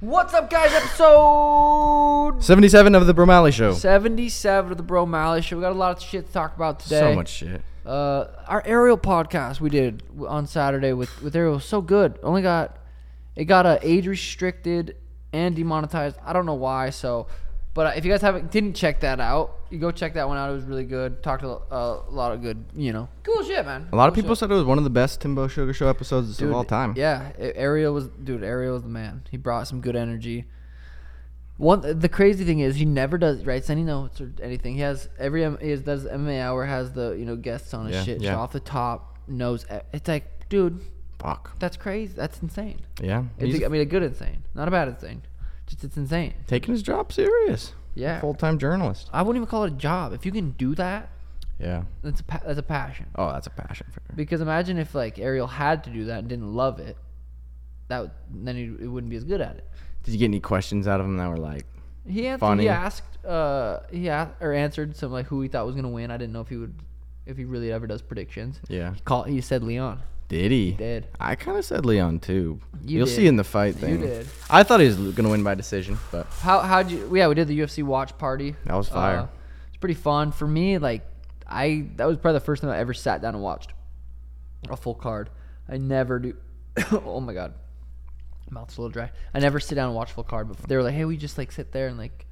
What's up, guys? Episode 77 of the Bromali Show. 77 of the Bro Mally Show. We got a lot of shit to talk about today. So much shit. Uh, our aerial podcast we did w- on Saturday with, with Ariel was so good. Only got, it got uh, age restricted and demonetized. I don't know why, so. But uh, if you guys haven't, didn't check that out, you go check that one out. It was really good. Talked a, a lot of good, you know, cool shit, man. A lot of Cool people shit. said it was one of the best Timbo Sugar Show episodes Dude, of all time. Yeah, A- Ariel was dude. Ariel was the man. He brought some good energy. One the crazy thing is he never does writes any notes or anything. He has every M- he has, does MMA hour has the you know guests on his Yeah, shit. yeah. So off the top knows e- it's like dude Fuck. that's crazy that's insane. Yeah. It's He's a, I mean a good insane, not a bad insane. Just it's insane. taking his job serious. Yeah, Full time journalist. I wouldn't even call it a job. If you can do that, Yeah. that's a pa- that's a passion. Oh, that's a passion for her. Because imagine if like Ariel had to do that and didn't love it, that would, then he, he wouldn't be as good at it. Did you get any questions out of him that were like, He answered. Funny. He asked. Uh, he a- or answered some like who he thought was gonna win. I didn't know if he would, if he really ever does predictions. yeah. He called. He said Leon. Did he? Did. I kind of said Leon too. You will did. see in the fight thing. did. I thought he was going to win by decision, but How how'd you? Yeah, we did the UFC watch party. Uh, That was fire. it's pretty fun for me. Like I, that was probably the first time I ever sat down and watched a full card. I never do. oh my god, mouth's a little dry. I never sit down and watch full card. But they were like, hey, we just like sit there and like.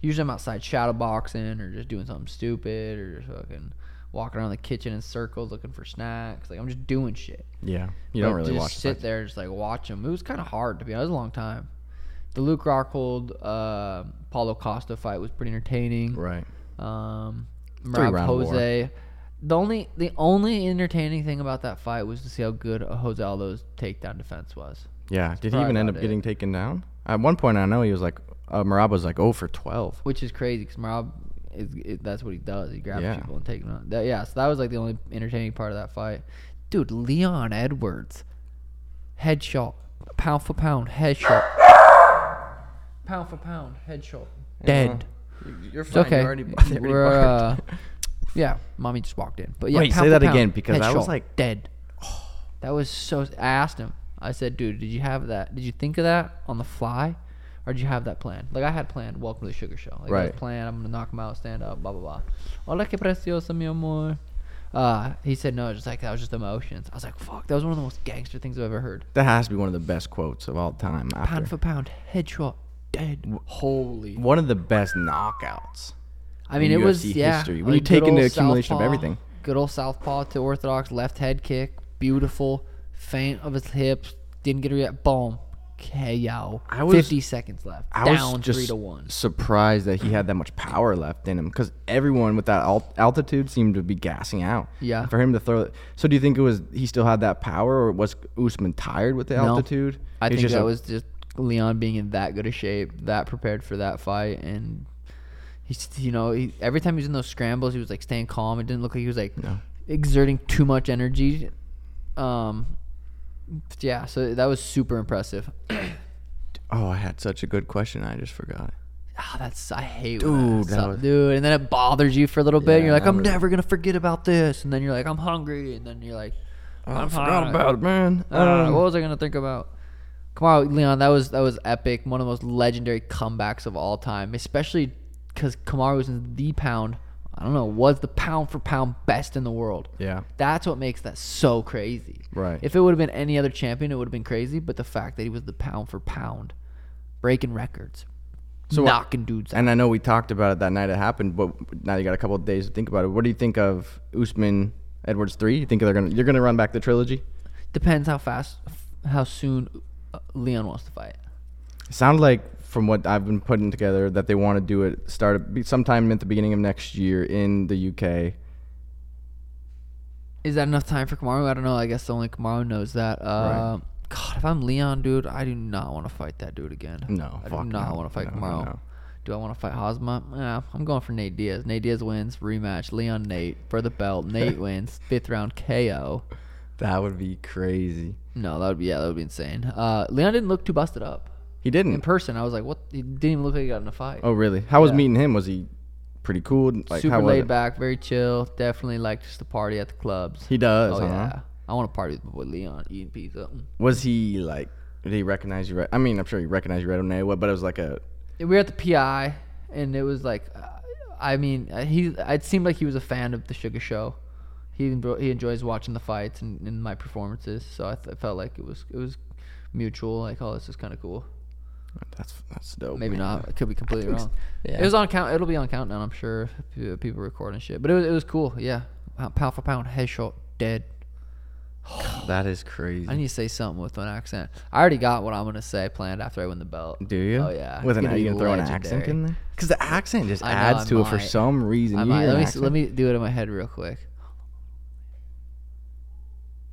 Usually I'm outside shadow boxing or just doing something stupid or just fucking walking around the kitchen in circles looking for snacks. Like I'm just doing shit. yeah. You But don't really to just watch the Sit fight. there, just like watch him. It was kind of hard to be honest. It was a long time. The Luke Rockhold, uh, Paulo Costa fight was pretty entertaining. Right. Um, Three Merab round war. Jose. The only the only entertaining thing about that fight was to see how good Jose Aldo's takedown defense was. Yeah. Did he probably even end about up it. getting taken down? At one point, I know he was like, uh, Marab was like, oh, for 12. which is crazy because Marab is it, that's what he does. He grabs Yeah. people and takes them out. That, yeah, so that was like the only entertaining part of that fight. Dude, Leon Edwards, headshot, pound for pound, headshot, pound for pound, headshot, dead. You're It's okay. We're, uh, yeah, mommy just walked in. But yeah, Wait, pound say for that pound, again, because I was headshot, like- dead. That was so. I asked him. I said, dude, did you have that? Did you think of that on the fly, or did you have that planned? Like I had planned. Welcome to the Sugar Show. Like, I Right. was planned. I'm gonna knock him out. Stand up. Blah blah blah. Hola que preciosa mi amor. Uh, he said no. Just like that was just emotions. I was like, fuck. That was one of the most gangster things I've ever heard. That has to be one of the best quotes of all time. After. Pound for pound, headshot, dead. Holy. one of the best knockouts. I mean, it in was UFC yeah. history. I When you mean, take good into old accumulation of everything. good old southpaw to orthodox left head kick, beautiful feint of his hips, didn't get a react. Boom, KO. I was- Fifty seconds left. I Down was just three to one. surprised that he had that much power left in him because everyone with that alt- altitude seemed to be gassing out. Yeah. For him to throw it. So do you think it was he still had that power or was Usman tired with the altitude? I He's think just that a- was just Leon being in that good a shape, that prepared for that fight, and he's you know he, every time he was in those scrambles, he was like staying calm. It didn't look like he was like No. exerting too much energy. Um, yeah, so that was super impressive. Oh, I had such a good question. I just forgot. Ah, that's I hate when Dude, that that sucks, was- dude. And then it bothers you for a little bit. and Yeah, you're like, that I'm was- never gonna forget about this. And then you're like, I'm hungry. And then you're like, I'm "Oh, I forgot hungry. about it, man. I don't know. What was I gonna think about? Come on, Leon. That was that was epic. One of the most legendary comebacks of all time, especially because Kamaru was in the pound. I don't know. Was the pound for pound best in the world? Yeah. That's what makes that so crazy. Right. If it would have been any other champion, it would have been crazy. But the fact that he was the pound for pound, breaking records, So what- knocking dudes And I know we talked about it that night it happened, but now you got a couple of days to think about it. What do you think of Usman Edwards three? You think they're gonna you're gonna run back the trilogy? Depends how fast, how soon uh, Leon wants to fight. It sounded like from what I've been putting together that they want to do it start at- be- sometime at the beginning of next year in the UK. Is that enough time for Kamaru? I don't know. I guess only Kamaru knows that. Uh, God, if I'm Leon, dude, I do not want to fight that dude again. No, I do fuck not no. want to fight No, no, Kamaru. no. Do I want to fight Hosma? Yeah, I'm going for Nate Diaz. Nate Diaz wins rematch. Leon Nate for the belt. Nate wins fifth round KO. That would be crazy. No, that would be yeah, that would be insane. Uh, Leon didn't look too busted up He in didn't. person. I was like, what? He didn't even look like he got in a fight. oh really? How was Yeah. meeting him? Was he pretty cool? Like Super how was laid it? back, very chill. Definitely like just to party at the clubs. He Oh does. huh? yeah, I want to party with my boy Leon eating pizza. Mm. Was he like Did he recognize you? Right? I mean, I'm sure he recognized you right on What? But it was like a we were at the PI, and it was like, uh, I mean, uh, he. It seemed like he was a fan of the Sugar Show. He enjo- he enjoys watching the fights and, and my performances. So I, th- I felt like it was it was mutual. Like, oh, this is kind of cool. that's that's dope. Maybe man. not. It could be completely think s- wrong. yeah. It was on count. It'll be on countdown. I'm sure if, uh, people recording shit. But it was it was cool. Yeah, Uh, pound for pound, headshot, dead. That is crazy. I need to say something with an accent. I already got what I'm gonna say planned after I win the belt. Do you? Oh yeah. With an It's gonna you be can throw an accent legendary. in there because the accent just I know, adds I to it for might. some reason. I You might- hear Let an me s- let accent? me do it in my head real quick.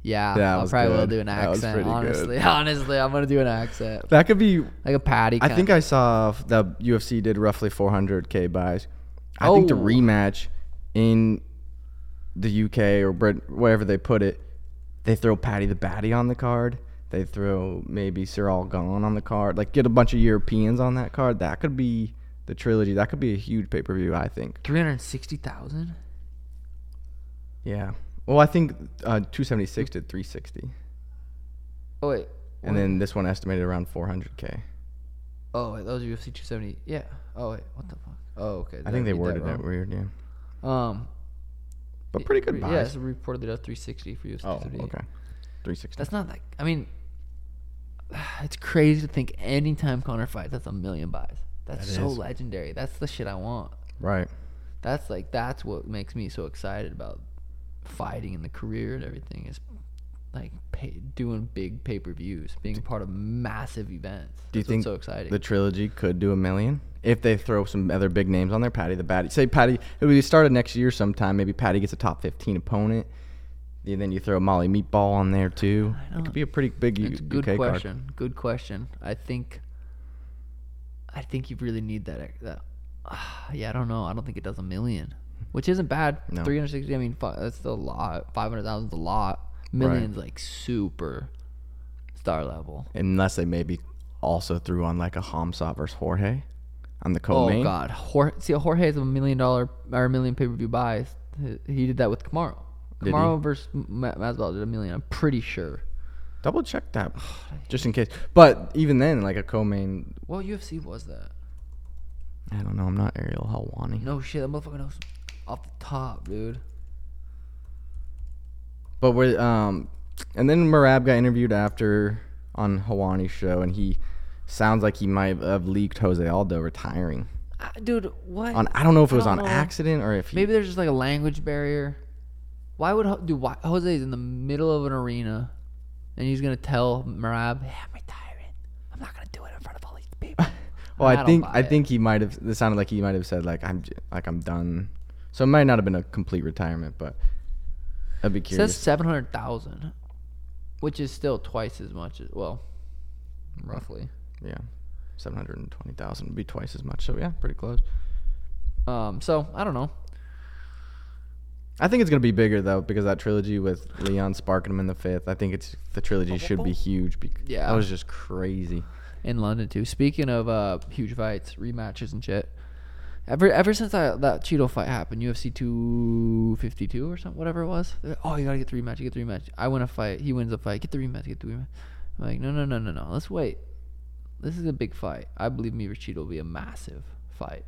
Yeah, That I was probably will good. do an That was accent. pretty good. Honestly, honestly, I'm gonna do an accent That could be. like a patty. I Kind think I saw f- the UFC did roughly 400k buys. I think the Oh. rematch in the UK or Brit, wherever they put it, they throw Patty the Batty on the card. They throw maybe Sir All Gone on the card. Like get a bunch of Europeans on that card. That could be the trilogy. That could be a huge pay per view. I think. three hundred sixty thousand. Yeah. Well, I think uh, 276 did 360, Oh wait, and then this one estimated around 400k. oh wait, that was UFC 270. Yeah. Oh wait, what the fuck? Oh okay. I did think they read that worded wrong? it weird, yeah. Um, But pretty re- good Yeah, buys. it's reported at 360 for UFC. oh, 270. okay. 360. That's not like I mean, it's crazy to think anytime Connor fights, that's a million buys. That's That so is. legendary. That's the shit I want. Right. That's like that's what makes me so excited about fighting and the career and everything is like pay, doing big pay per views, being part of massive events. Do you That's what's think so exciting? the trilogy could do a million? If they throw some other big names on there, Patty the Batty. Say Patty, it would be started next year sometime. Maybe Patty gets a top 15 opponent. And then you throw Molly Meatball on there too. It don't- could be a pretty big U- It's a good UK question. card. Good question. I think. I think you really need that. ex- that ah, yeah, I don't know. I don't think it does a million, which isn't bad. No. Three hundred sixty. I mean, fu- that's still a lot. Five hundred thousand is a lot. Millions like super star level. Unless they maybe also threw on like a Hamza versus Jorge on the Oh co-main. God, Jorge, see Jorge is a million dollar or a million pay per view buys. He- He did that with Camaro. Did he? Camaro versus Ma- Masvidal did a million. I'm pretty sure. Double check that, just in case. But even then, like a co-main, What UFC was that? I don't know. I'm not Ariel Helwani. No shit, that motherfucker knows off the top, dude. But we're um, and then Marab got interviewed after on Hawani's show, and he sounds like he might have leaked Jose Aldo retiring. Uh, dude, what? On I don't know if it was don't on know. accident or if he, Maybe there's just like a language barrier. Why would Ho- dude? Why, Jose's in the middle of an arena, and he's gonna tell Marab, "Yeah, I'm retiring. I'm not gonna do it in front of all these people." well, I, don't think buy I it. think he might have. It sounded like he might have said like I'm j- like I'm done. So it might not have been a complete retirement, but I'd be it curious. says seven hundred thousand, which is still twice as much as well, roughly. yeah, seven hundred and twenty thousand would be twice as much. So yeah, pretty close. Um, so I don't know. I think it's gonna be bigger though because that trilogy with Leon sparking him in the fifth. I think it's the trilogy should be huge. Because Yeah. that was just crazy. in London too. Speaking of uh, huge fights, rematches and shit. Ever ever since that, that Cheeto fight happened, UFC 252 or something, whatever it was. they're like, Oh, you gotta get the rematch. You get the rematch. I win a fight. He wins a fight. Get the rematch. Get the rematch. I'm like, no, no, no, no, no. Let's wait. This is a big fight. I believe me versus Cheeto will be a massive fight,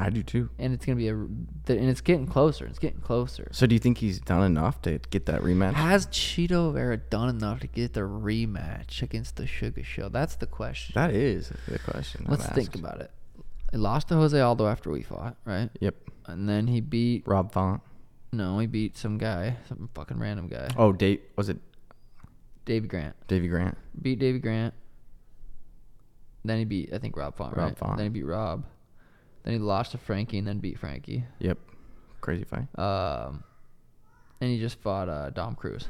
I do too. and it's gonna be a r- th- and it's getting closer. It's getting closer. So do you think he's done enough to get that rematch? Has Cheeto Vera done enough to get the rematch against the Sugar Show? That's the question. That is the question. I'm Let's think asked. about it. He lost to Jose Aldo after we fought, right? Yep, And then he beat Rob Font. no, he beat some guy, some fucking random guy, Oh, Dave was it Davy Grant. Davy Grant? Beat Davy Grant. Then he beat I think Rob Font. Rob right? Font. Then he beat Rob. Then he lost to Frankie and then beat Frankie. Yep, crazy fight. Um, and he just fought uh, Dom Cruz.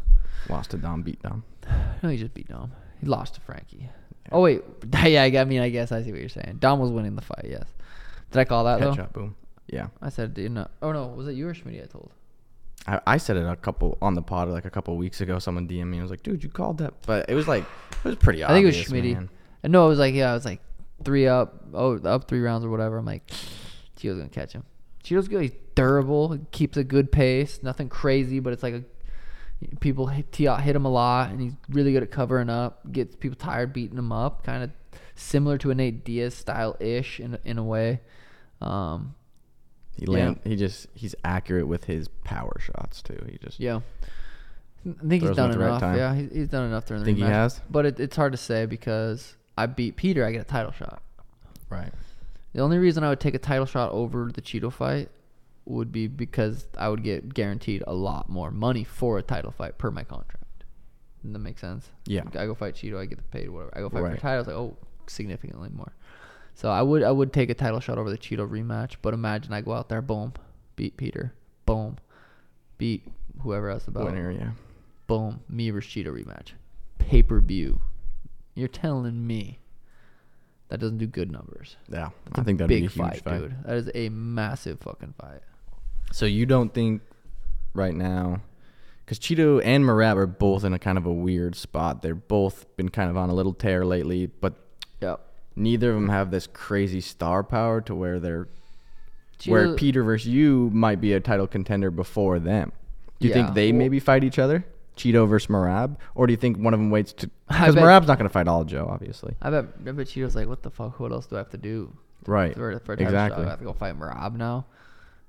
Lost to Dom, beat Dom. No, he just beat Dom. He lost to Frankie. Oh wait, yeah. I mean, I guess I see what you're saying. Dom was winning the fight. Yes. Did I call that Uh, though? Headshot, boom. Yeah, I said, did not. Oh no, was it you or Schmitty? I told. I, I said it a couple on the pod like a couple weeks ago. Someone DM me. I was like, dude, you called that, but it was like it was pretty I think it obvious. was Schmitty. man. I know it was like yeah, it was like three up, oh up three rounds or whatever. I'm like, Cheeto's gonna catch him. Cheeto's good. He's durable. He keeps a good pace. Nothing crazy, but it's like a People hit, Tiot hit him a lot, and he's really good at covering up. Gets people tired, beating him up. Kind of similar to a Nate Diaz style ish in in a way. Um, He land, he just he's accurate with his power shots too. He just yeah, I think he's Throws him done at the right enough. time. yeah, he's, he's done enough during the Think he rematch. has? But it, it's hard to say because I beat Peter. I get a title shot. right. The only reason I would take a title shot over the Cheeto fight would be because I would get guaranteed a lot more money for a title fight per my contract. Does that make sense? Yeah. I go fight Cheeto, I get paid whatever. I go fight Right. for titles, like oh, significantly more. So I would I would take a title shot over the Cheeto rematch, but imagine I go out there, boom, beat Peter, boom, beat whoever else about Winner, yeah. boom, me versus Cheeto rematch, pay per view. You're telling me that doesn't do good numbers. Yeah. It's I a think that'd big be a huge fight, fight. dude. That is a massive fucking fight. So you don't think right now cuz Cheeto and Marab are both in a kind of a weird spot. They're both been kind of on a little tear lately, but Yep. neither of them have this crazy star power to where they're where Peter versus you might be a title contender before them. Do you Yeah. think they Well- maybe fight each other? Cheeto versus Marab? Or do you think one of them waits to. I Because bet- Marab's not going to fight all Joe, obviously. I bet I bet Cheeto's like, what the fuck? What else do I have to do? Right. For, for a title shot? exactly. I have to go fight Marab now.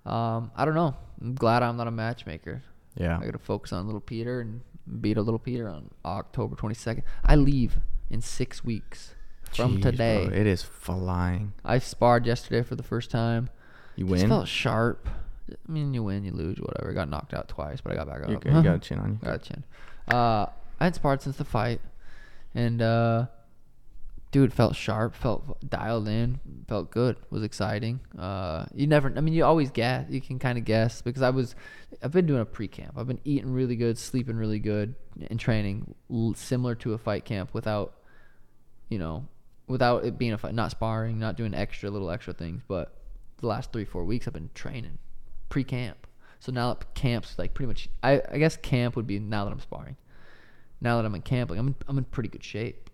Um, I don't know. I'm glad I'm not a matchmaker. Yeah. I gotta focus on little Peter and beat a little Peter on October 22nd. I leave in six weeks from Jeez, bro, today. it is flying. I sparred yesterday for the first time. You Just win? felt sharp. I mean, you win, you lose, whatever. Got knocked out twice, but I got back up. You, you got a chin on you. Got a chin. Uh, I hadn't sparred since the fight, and uh, dude, felt sharp, felt dialed in, felt good. Was exciting. Uh, you never. I mean, you always guess. You can kind of guess because I was. I've been doing a pre camp. I've been eating really good, sleeping really good, and training l- similar to a fight camp without, you know, without it being a fight. Not sparring, not doing extra little extra things, but the last three four weeks I've been training pre camp. So now that camp's like pretty much. I, I guess camp would be now that I'm sparring. Now that I'm in camp, like I'm in, I'm in pretty good shape,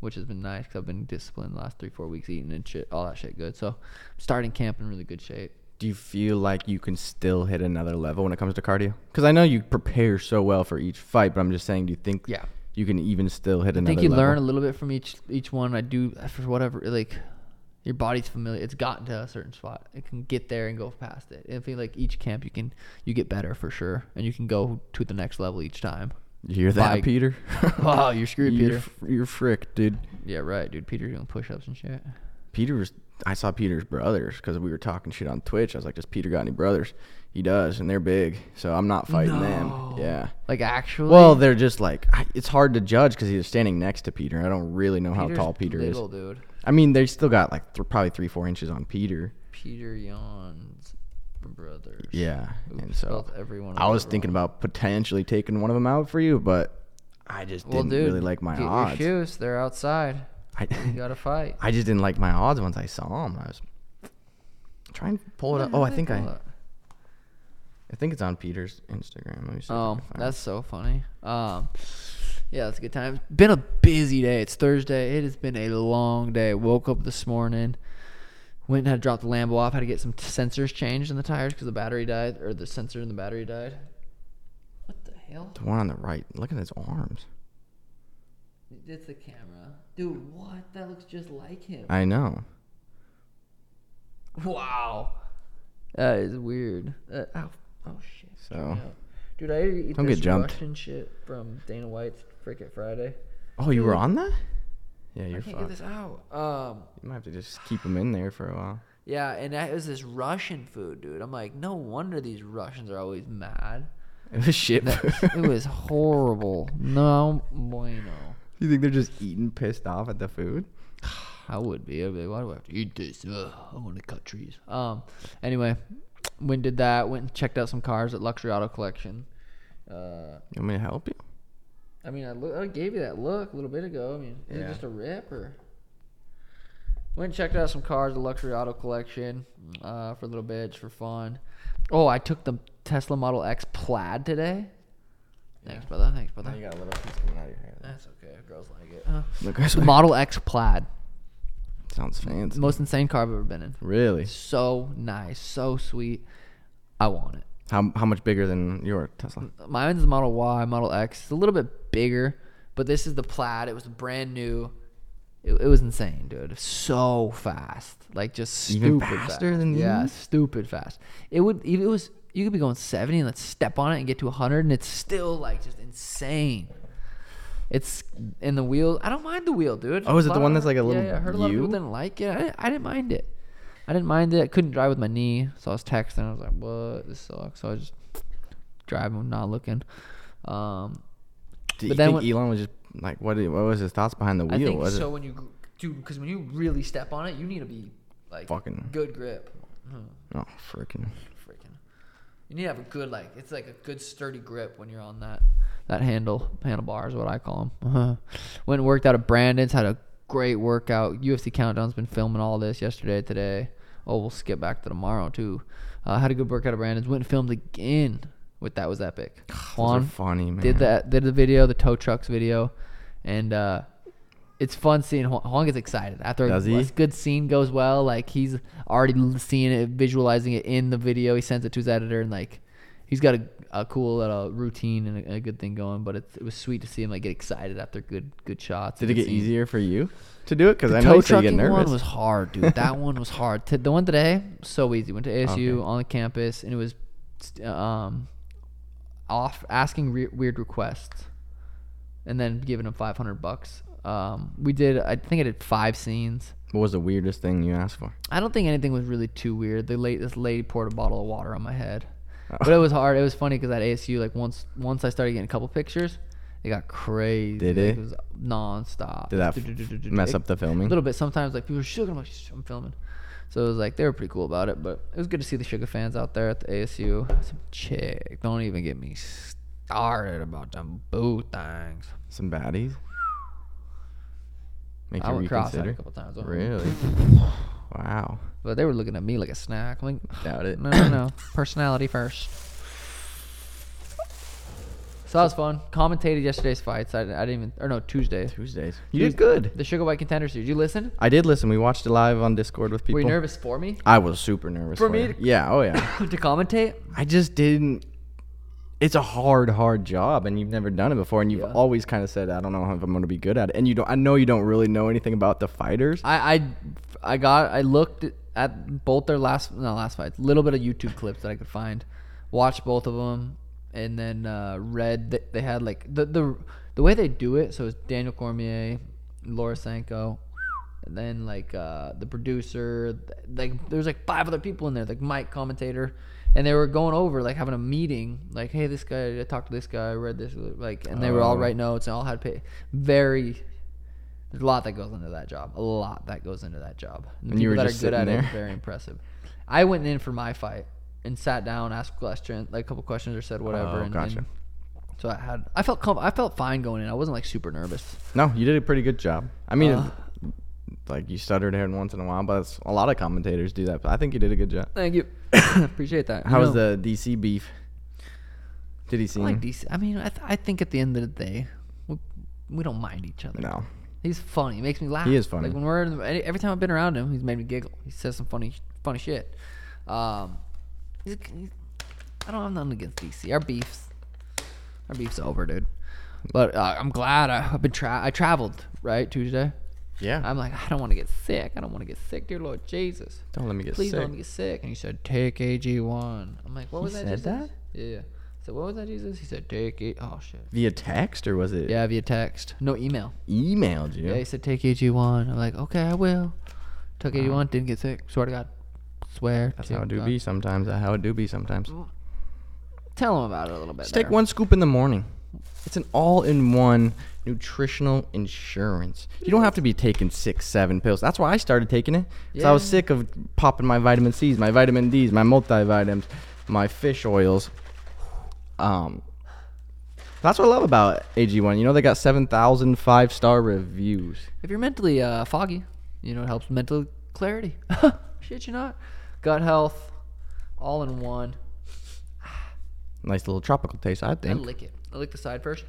which has been nice because I've been disciplined the last three four weeks, eating and shit, all that shit good. So I'm starting camp in really good shape. Do you feel like you can still hit another level when it comes to cardio? Because I know you prepare so well for each fight, but I'm just saying, do you think Yeah. you can even still hit I another think you level? learn a little bit from each each one. I do for whatever like your body's familiar. It's gotten to a certain spot. It can get there and go past it. And I feel like each camp you can you get better for sure, and you can go to the next level each time. You hear that, Like- Peter? Wow, you're screwed, You're Peter. f- you're frick, dude. Yeah, right, dude. Peter's doing push ups and shit. Peter's. I saw Peter's brothers because we were talking shit on Twitch. I was like, "Does Peter got any brothers?" He does, and they're big, so I'm not fighting them. Yeah. Like actually, Well, they're just like I, it's hard to judge because he's standing next to Peter. I don't really know Peter's how tall Peter little, is. dude. I mean, they still got like th- probably three, four inches on Peter. Peter Yon's brothers. Yeah, and so spelled every one of I was those thinking about potentially taking one of them out for you, but I just Well, didn't dude, really like my get odds. Your shoes, they're outside. I, You gotta fight. I just didn't like my odds once I saw him. I was trying to pull it up. Oh, I think I, I think it's on Peter's Instagram. Let me see. Oh, that's so funny. Um, yeah, that's a good time. Been a busy day. It's Thursday. It has been a long day. Woke up this morning, went and had to drop the Lambo off. Had to get some t- sensors changed in the tires because the battery died, or the sensor in the battery died. What the hell? the one on the right. Look at his arms. It's the camera, dude. What? That looks just like him. I know. Wow. That is weird. Uh, ow. Oh shit. So- Dude, I eat Don't this get jumped. Russian shit from Dana White's Frick It Friday. Oh, you were on that? Yeah, you're I can't get fucked. this out. Um, You might have to just keep him in there for a while. yeah, and that was this Russian food, dude. I'm like, no wonder these Russians are always mad. It was shit. That- it was horrible. No bueno. you think they're just eating pissed off at the food? I would be. I'd be like, why do I have to eat this? Ugh, I want to cut trees. Um. Anyway, when did that? Went and checked out some cars at Luxury Auto Collection. Uh. You want me to help you? I mean, I, loo- I gave you that look a little bit ago. I mean, is it Yeah. just a rip or? Went and checked out some cars, the luxury auto collection, uh, for a little bit, just for fun. Oh, I took the Tesla Model X Plaid today. Thanks, brother. Thanks, brother. got a little piece coming out of your hair. That's okay. Girls like it. Huh? Look, that's The Model X Plaid, sounds fancy. most insane car I've ever been in. Really? So nice, so sweet. I want it. How how much bigger than your Tesla? Mine's the Model Y, Model X. It's a little bit bigger, but this is the plaid. It was brand new. It, it was insane, dude. So fast, like just stupid Even faster fast. than yeah, these? stupid fast. It would if it was you could be going seventy and let's step on it and get to hundred and it's still like just insane. It's in the wheel. I don't mind the wheel, dude. Oh, is it A the lot one of- that's like a little Yeah, yeah, I heard a lot of U? people didn't like it. I didn't, I didn't mind it. I didn't mind it. I couldn't drive with my knee, so I was texting. I was like, "What? This sucks." So I just driving, not looking. Um, Do But you then think when- Elon was just like what? What was his thoughts behind the wheel? I think was so. it? When you, gr- dude, because when you really step on it, you need to be like Fucking- good grip. Oh, Oh, freaking! freaking! You need to have a good like. It's like a good sturdy grip when you're on that that handle handlebar is what I call them. Went and worked out at Brandon's. Had a great workout. UFC Countdown's been filming all this yesterday, today. Oh, we'll skip back to tomorrow too. Uh, had a good workout at Brandon's. Went and filmed again. With that was epic. Those are Juan, funny man. did that did the video the tow trucks video and uh it's fun seeing Hong, Hong gets excited after Does a he? good scene goes well like he's already l- seeing it visualizing it in the video he sends it to his editor and like he's got a, a cool little routine and a, a good thing going but it, it was sweet to see him like get excited after good good shots and Did good it get scenes. easier for you to do it? Because I The know tow you said you get trucking one nervous. was hard, dude. That one was hard. T- The one today, so easy. Went to ASU on the campus, and it was st- um, off asking re- weird requests, and then giving them five hundred bucks. Um, we did. I think I did five scenes. what was the weirdest thing you asked for? I don't think anything was really too weird. The late this lady poured a bottle of water on my head, Oh. but it was hard. It was funny because at ASU, like once once I started getting a couple pictures, it got crazy. Did Like, it? was nonstop. Did that f- It- mess up the filming? a little bit. Sometimes like people were sugar, I'm like "Shh, I'm filming, so it was like they were pretty cool about it. But it was good to see the sugar fans out there at the ASU. Some chick, don't even get me started about them boo things. Some baddies. Make I you went cross eyed a reconsider. couple times, Really? wow. but they were looking at me like a snack. I'm like, Doubt it. No, no, no. Personality first. So that was fun. Commentated yesterday's fights. I, I didn't even, or no, Tuesday. Tuesdays. You did good. The Sugar White Contender Series. You listen? I did listen. We watched it live on Discord with people. Were you nervous for me I was super nervous. For For, me you. to- Yeah. Oh yeah. to commentate? I just didn't. It's a hard, hard job, and you've never done it before, and you've Yeah. always kind of said, "I don't know if I'm going to be good at it," and you don't. I know you don't really know anything about the fighters. I, I, I got, I looked at both their last, no, last fights, little bit of YouTube clips that I could find, watched both of them, and then uh, read that they had like the the the way they do it. So it's Daniel Cormier, Laura Sanko, and then like uh, the producer. th- Like there's like five other people in there, like Mike commentator. And they were going over, like having a meeting, like, "Hey, this guy, I talked to this guy, I read this," like, and they were all Oh. writing notes and all had pay. Very there's a lot that goes into that job. A lot that goes into that job. the And you people were that just are good at sitting it, there? very impressive. I went in for my fight and sat down, asked question, like a couple questions or said whatever. Oh, and, gotcha. and- so I had, I felt, com- I felt fine going in. I wasn't like super nervous. No, you did a pretty good job. I mean, Uh. like you stuttered every once in a while, but that's, a lot of commentators do that. But I think you did a good job. Thank you, appreciate that. How you was know, the DC beef? Did he see I like him? DC. I mean, I, th- I think at the end of the day, we, we don't mind each other. No. He's funny. He makes me laugh. He is funny. Like when we're in the, any- every time I've been around him, he's made me giggle. He says some funny, funny shit. Um, he's, he's, I don't have nothing against DC. Our beefs, our beefs over, dude. But uh, I'm glad I, I've been tra- I traveled right Tuesday. Yeah. I'm like I don't want to get sick. I don't want to get sick, dear Lord Jesus. don't let me get Please sick. don't let me get sick. And he said, take AG1. I'm like, what was that? said Jesus? that? Yeah. I said, what was that, Jesus? He said, take it. Oh, shit. Via text or was it Yeah, via text. No email. emailed you? Yeah, he said take AG one. I'm like, okay, I will. Took AG one, didn't get sick. Swear to God, swear. Uh-huh. That's to how it do God. be sometimes. That's how it do be sometimes. Tell him about it a little bit. Just take there. one scoop in the morning. It's an all-in-one nutritional insurance. You don't have to be taking six, seven pills. That's why I started taking it. Because I was Yeah. sick of popping my vitamin C's, my vitamin D's, my multivitamins, my fish oils. Um, that's what I love about AG1. You know, they got 7,000 five-star reviews. If you're mentally uh, foggy, you know it helps mental clarity. Shit, you not. Gut health, all in one. Nice little tropical taste, I I think. lick it. I lick the side first,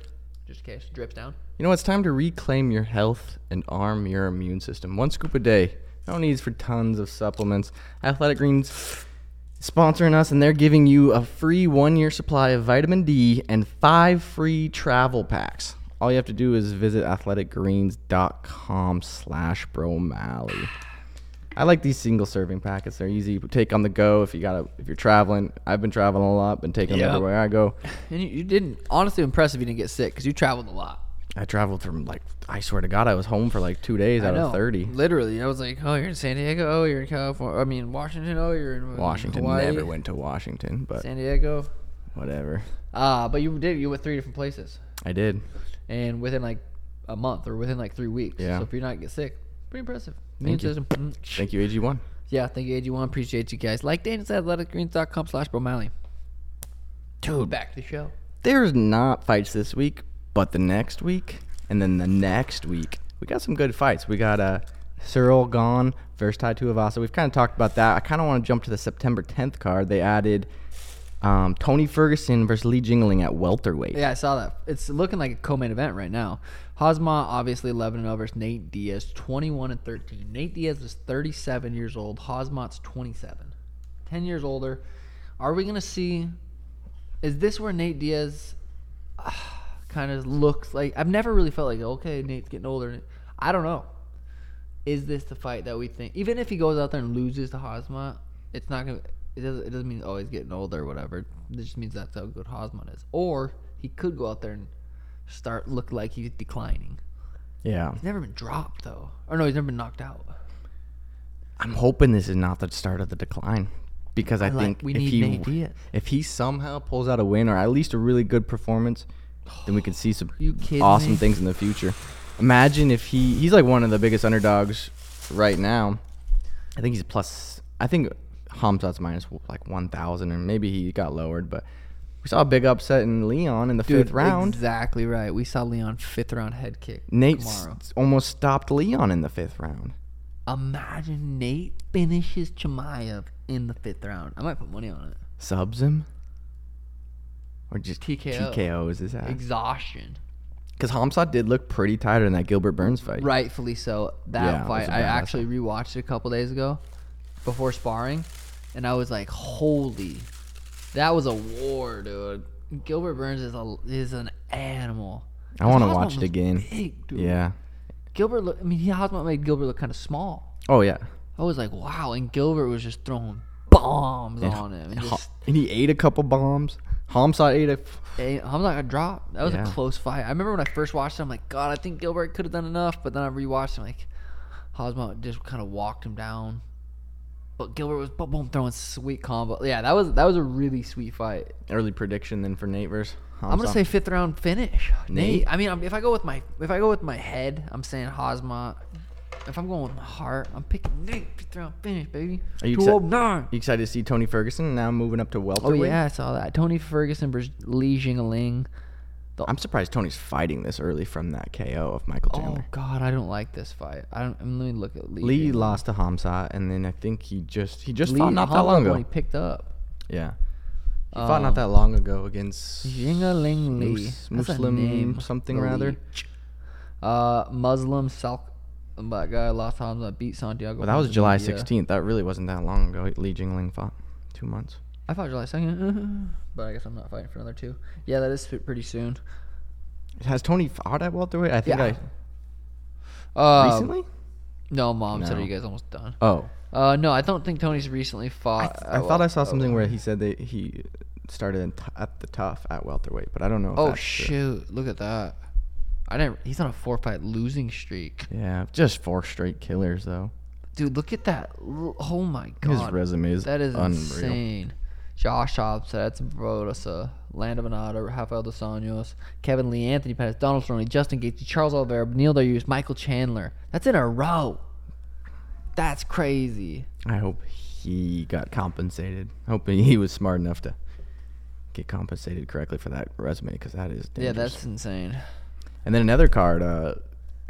just in case. Drips down. You know, it's time to reclaim your health and arm your immune system. One scoop a day. No needs for tons of supplements. Athletic Greens sponsoring us, and they're giving you a free one year supply of vitamin D and five free travel packs. All you have to do is visit athleticgreens.com slash bromalley. I like these single serving packets. They're easy to take on the go if you gotta if you're traveling. I've been traveling a lot, been taking Yeah. them everywhere I go. And you, you didn't honestly impressive. You didn't get sick because you traveled a lot. I traveled from like I swear to God, I was home for like two days out of thirty. Literally, I was like, oh, you're in San Diego. Oh, you're in California. I mean, Washington. Oh, you're in Washington Hawaii, never went to Washington, but San Diego. whatever. Uh, but you did. You went three different places, I did. and within like a month or within like three weeks. Yeah. So if you're not get sick, pretty impressive. Immune Thank you. system. Mm. Thank you, AG one. Yeah, thank you, AG1. Appreciate you guys. Like Dan said, athleticgreens.com slash bromalley. Dude, back to the show. There's not fights this week, but the next week and then the next week we got some good fights. We got uh Cyril Gone versus Tai Tuivasa. We've kind of talked about that. I kind of want to jump to the September 10th card. They added um, Tony Ferguson versus Lee Jingling at welterweight. Yeah, I saw that. It's looking like a co-main event right now. Hosma obviously 11 and 0 versus Nate Diaz 21 and 13. Nate Diaz is 37 years old. Hosmat's 27, 10 years older. Are we gonna see? Is this where Nate Diaz kind of looks like? I've never really felt like okay, Nate's getting older. I don't know. Is this the fight that we think? Even if he goes out there and loses to Hosma, it's not gonna. It doesn't. It doesn't mean oh he's getting older or whatever. It just means that's how good Hosma is. Or he could go out there and start look like he's declining. yeah. He's never been dropped though. Or no, he's never been knocked out. I'm hoping this is not the start of the decline because I, like- think we if need he Nate Diaz. if he somehow pulls out a win or at least a really good performance, then we could see some You kidding awesome me? things in the future. Imagine if he he's like one of the biggest underdogs right now. I think he's plus. I think Hamzat's minus like one thousand, or maybe he got lowered. But we saw a big upset in Leon in the fifth round. Exactly right. We saw Leon fifth round head kick. Nate tomorrow. s- almost stopped Leon in the fifth round. Imagine Nate finishes Chimaev in the fifth round. I might put money on it. Subs him, or just TKO. TKOs his ass. Exhaustion. Because Hamsat did look pretty tired in that Gilbert Burns fight. Rightfully so. That Yeah, it was fight, a I badass actually rewatched it a couple days ago before sparring, and I was like, "Holy, that was a war, dude." Gilbert Burns is a is an animal. I wanna Hosman watch it was again. Big, dude. Yeah. Gilbert. Look, I mean, he Hosman made Gilbert look kind of small. Oh yeah. I was like, "Wow!" And Gilbert was just throwing bombs on him. And Ha- just, and he ate a couple bombs. Hamsat ate a. and I'm not gonna drop. That was Yeah. a close fight. I remember when I first watched it, I'm like, God, I think Gilbert could have done enough, but then I rewatched and like Hosmo just kind of walked him down. But Gilbert was boom, boom throwing sweet combo. Yeah, that was that was a really sweet fight. Early prediction then for Nate versus. I'm gonna Hamzat. say fifth round finish. Nate. Nate? I mean, I'm- if I go with my if I go with my head, I'm saying Hosma. If I'm going with my heart, I'm picking Nate fifth round finish, baby. Are you exci- 209. You excited to see Tony Ferguson now moving up to Oh welterweight? yeah, I saw that. Tony Ferguson versus Li Jingling. I'm surprised Tony's fighting this early from that KO of Michael Oh Chandler. God, I don't like this fight. I don't. I mean, let me look at Lee. Lee Jing. lost to Hamsat, and then I think he just he just Lee fought not that Hong long when ago. He picked up. Yeah. He fought not that long ago against Jingaling Um, Lee. Mus- That's a Muslim name. something The rather. Lee. Uh, Muslim South. That guy lost Hamza beat Santiago. Well, that was Ponzinibbio. July 16th. That really wasn't that long ago. Lee Jingling fought two months. I thought July second, but I guess I'm not fighting for another two. Yeah, that is pretty soon. Has Tony fought at welterweight? I think Yeah. I Uh, recently. No, mom said No. you guys almost done. Oh, Uh, no, I don't think Tony's recently I, fought. th- uh, I well- thought I saw oh. something where he said that he started in t- at the tough at welterweight, but I don't know. If Oh that's true. shoot! Look at that. I didn't. He's on a four-fight losing streak. Yeah, just four straight killers though. Dude, look at that. L- Oh my god. His resume is That is unreal. insane. Josh Hobsett, Brodosa, Landa Venata, Rafael Dos Anjos, Kevin Lee, Anthony Pettis, Donald Cerrone, Justin Gaethje, Charles Oliveira, Neil Darius, Michael Chandler. That's in a row. That's crazy. I hope he got compensated. Hoping he was smart enough to get compensated correctly for that resume because that is dangerous. Yeah, that's insane. And then another card, uh,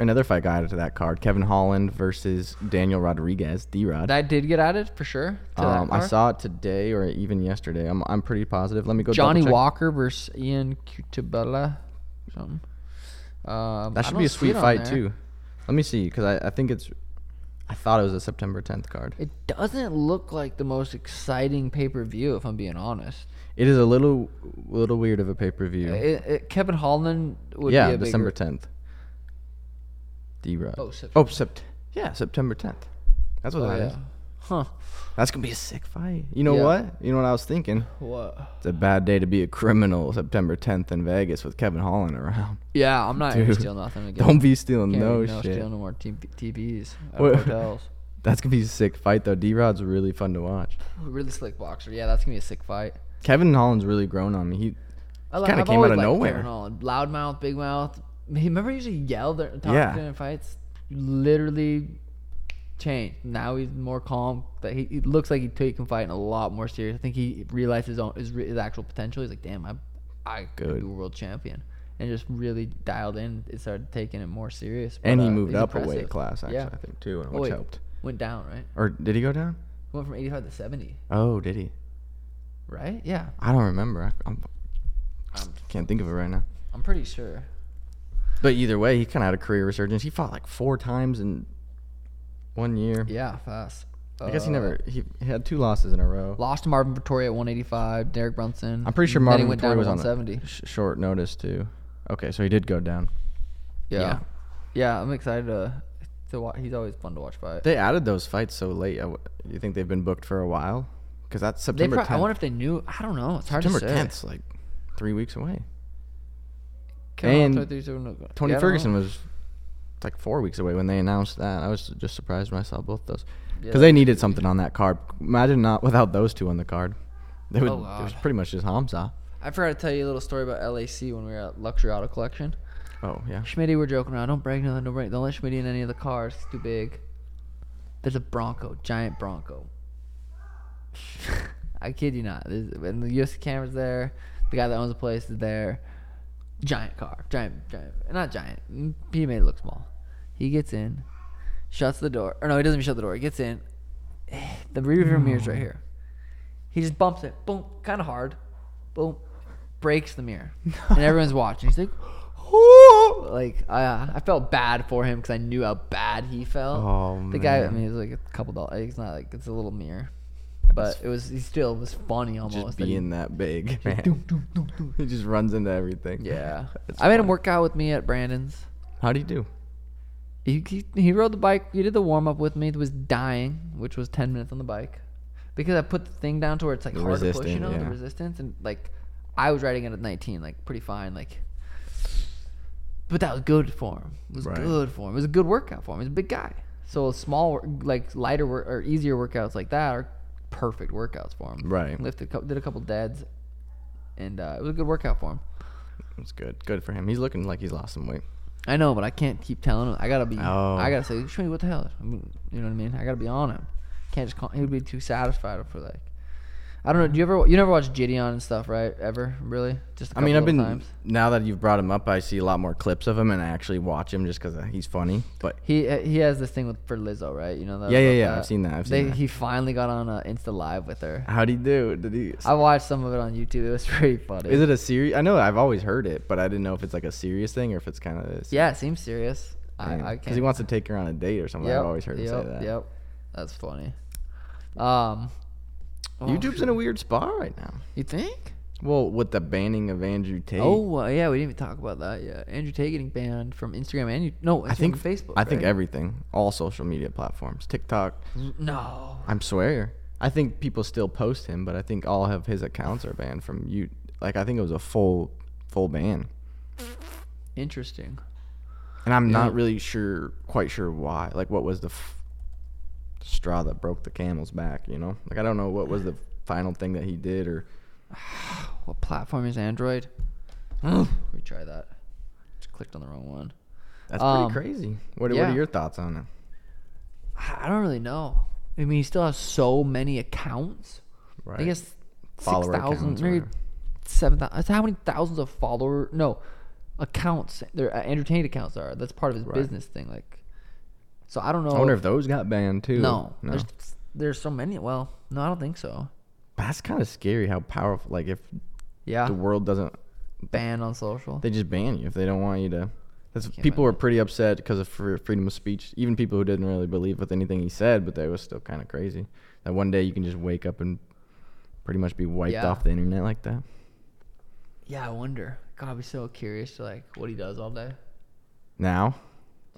another fight got added to that card: Kevin Holland versus Daniel Rodriguez, D-Rod. That did get added for sure. to that Um, I card. saw it today or even yesterday. I'm, I'm pretty positive. Let me go. Johnny double check. Walker versus Ian Cutabella. Something. Um, I That should don't be a see sweet it on fight there. too. Let me see because I, I think it's. I thought it was a September 10th card. It doesn't look like the most exciting pay per view, if I'm being honest. It is a little little weird of a pay per view. It, it, Kevin Holland would be Yeah, a bigger- December 10th. D Rod. Oh, September. Oh, sept- yeah, September 10th. That's what Oh, that is. yeah. Huh. That's gonna be a sick fight. You know Yeah. what? You know what I was thinking? What? It's a bad day to be a criminal. September 10th in Vegas with Kevin Holland around. Yeah, I'm not gonna Dude, steal nothing again. Don't be stealing Can't no, be no shit. steal no more TV TVs at What- hotels. That's gonna be a sick fight though. D Rod's really fun to watch. Really slick boxer. Yeah, that's gonna be a sick fight. Kevin Holland's really grown on me. He I kinda I've came out always of liked nowhere. Kevin Holland. Loud mouth, big mouth. He remember he used to yell during talk Yeah. during fights. Literally changed. Now he's more calm. But he, he looks like he taken fighting a lot more serious. I think he realized his own his, re- his actual potential. He's like, damn, I I could Good. be a world champion. And just really dialed in. It started taking it more serious. and But, he uh, moved he's up a weight impressive. class actually, Yeah. I think too, which Oh, wait, helped. Went down, right? Or did he go down? Went from 85 to 70, Oh, did he? right? Yeah. I don't remember. I I'm, I'm, can't think of it right now. I'm pretty sure. But either way, he kind of had a career resurgence. He fought like four times in one year. Yeah, fast. I guess he Uh, never he, he had two losses in a row. Lost to Marvin Vittori at 185. Derek Brunson. I'm pretty sure Then Marvin he went Vittori down was to on 170. a sh- short notice too. Okay, so he did go down. Yeah. yeah, Yeah. I'm excited to to watch. He's always fun to watch fight. They added those fights so late. I w- You think they've been booked for a while? Because that's They September prob- I 10th. wonder if they knew. I don't know. It's hard September to say. 10th, 's, like three weeks away. Kevin Holland, and 23, so no- Tony oh, yeah, I don't Ferguson know. was like four weeks away when they announced that. I was just surprised when I saw both those Yeah, because they needed something on that card. Imagine not without those two on the card. They would, Oh, it was God. pretty much just Hamza. I forgot to tell you a little story about LAC when we were at Luxury Auto Collection. Oh yeah, Schmitty, we're joking around. Don't break nothing. Don't break. Don't let Schmitty in any of the cars. It's too big. There's a Bronco, giant Bronco. I kid you not. There's, and the UFC camera's there. The guy that owns the place is there. Giant car, giant, giant, not giant. Mm, He made it look small. He gets in, shuts the door. Or no, he doesn't even shut the door. He gets in. The rear view mirror's Hmm. right here. He just bumps it, boom, kind of hard, boom, breaks the mirror, and everyone's watching. He's like, like uh, I felt bad for him because I knew how bad he felt. Oh, the guy, I man. mean, it was like a couple dollars. It's not like it's a little mirror, That's but it was. He still was funny almost. just that he- being that big, man. doom, doom, doom, doom. he just runs into everything. yeah, That's I made him funny. work out with me at Brandon's. How'd he do? He, he, he rode the bike. He did the warm up with me. It was dying, which was ten minutes on the bike, because I put the thing down to where it's like The hard to push, you resistance, know, the yeah. resistance, and like I was riding it at nineteen, like pretty fine, like. But that was good for him. It was Right. good for him. It was a good workout for him. He's a big guy, so small, wor- like lighter work or easier workouts like that are perfect workouts for him. Right. Lifted, cou- did a couple deads, and uh, it was a good workout for him. It's good. Good for him. He's looking like he's lost some weight. I know, but I can't keep telling him. I gotta be. Oh. I gotta say, show me what the hell. I mean, you know what I mean? I gotta be on him. Can't just call. He would be too satisfied for like. I don't know. Do you ever? You never watched Gideon and stuff, right? Ever really? Just. I I mean, I've been Times. now that you've brought him up, I see a lot more clips of him, and I actually watch him just because he's funny. But He uh, he has this thing with for Lizzo, right? You know that. Yeah, yeah, about yeah, I've seen that, I've seen They- that. He finally got on a Insta Live with her. how'd he do? Did he? I watched some of it on YouTube. It was pretty funny. Is it a serious? I know I've always heard it, but I didn't know if it's like a serious thing or if it's kind of this. yeah, it seems serious. I, I can't. because he wants to take her on a date or something. I've always heard him yep, say that. Yep. That's funny. Um. oh, YouTube's in a weird spot right now. You think? Well, with the banning of Andrew Tate, Oh uh, yeah, we didn't even talk about that. Yeah, Andrew Tate getting banned from Instagram and you, no, Instagram I think and Facebook. I think right? everything, all social media platforms, TikTok. no. I'm swear. I think people still post him, but I think all of his accounts are banned from you. Like I think it was a full, full ban, Interesting. and I'm not Yeah. really sure, quite sure why. Like what was the f- straw that broke the camel's back? You know, like I don't know what was the final thing that he did or. What platform is Android? Retry that. Just clicked on the wrong one. That's Um, pretty crazy. What, what yeah. are your thoughts on it? I I don't really know. I mean, he still has so many accounts. Right. I guess six Follower thousand, accounts or maybe whatever. seven thousand. How many thousands of follower? No, accounts. Their uh, entertained accounts are. That's part of his Right. business thing. Like, so I don't know. I wonder if those got banned too. no, no. There's, there's so many. Well, no, I don't think so. That's kind of scary how powerful. Like if Yeah. the world doesn't, ban on social. they just ban you if they don't want you to. That's can't people were pretty upset because of fr- freedom of speech. Even people who didn't really believe with anything he said, but they was still kind of crazy. That one day you can just wake up and pretty much be wiped Yeah. off the internet like that. Yeah, I wonder. God, I'd be so curious to like what he does all day. Now,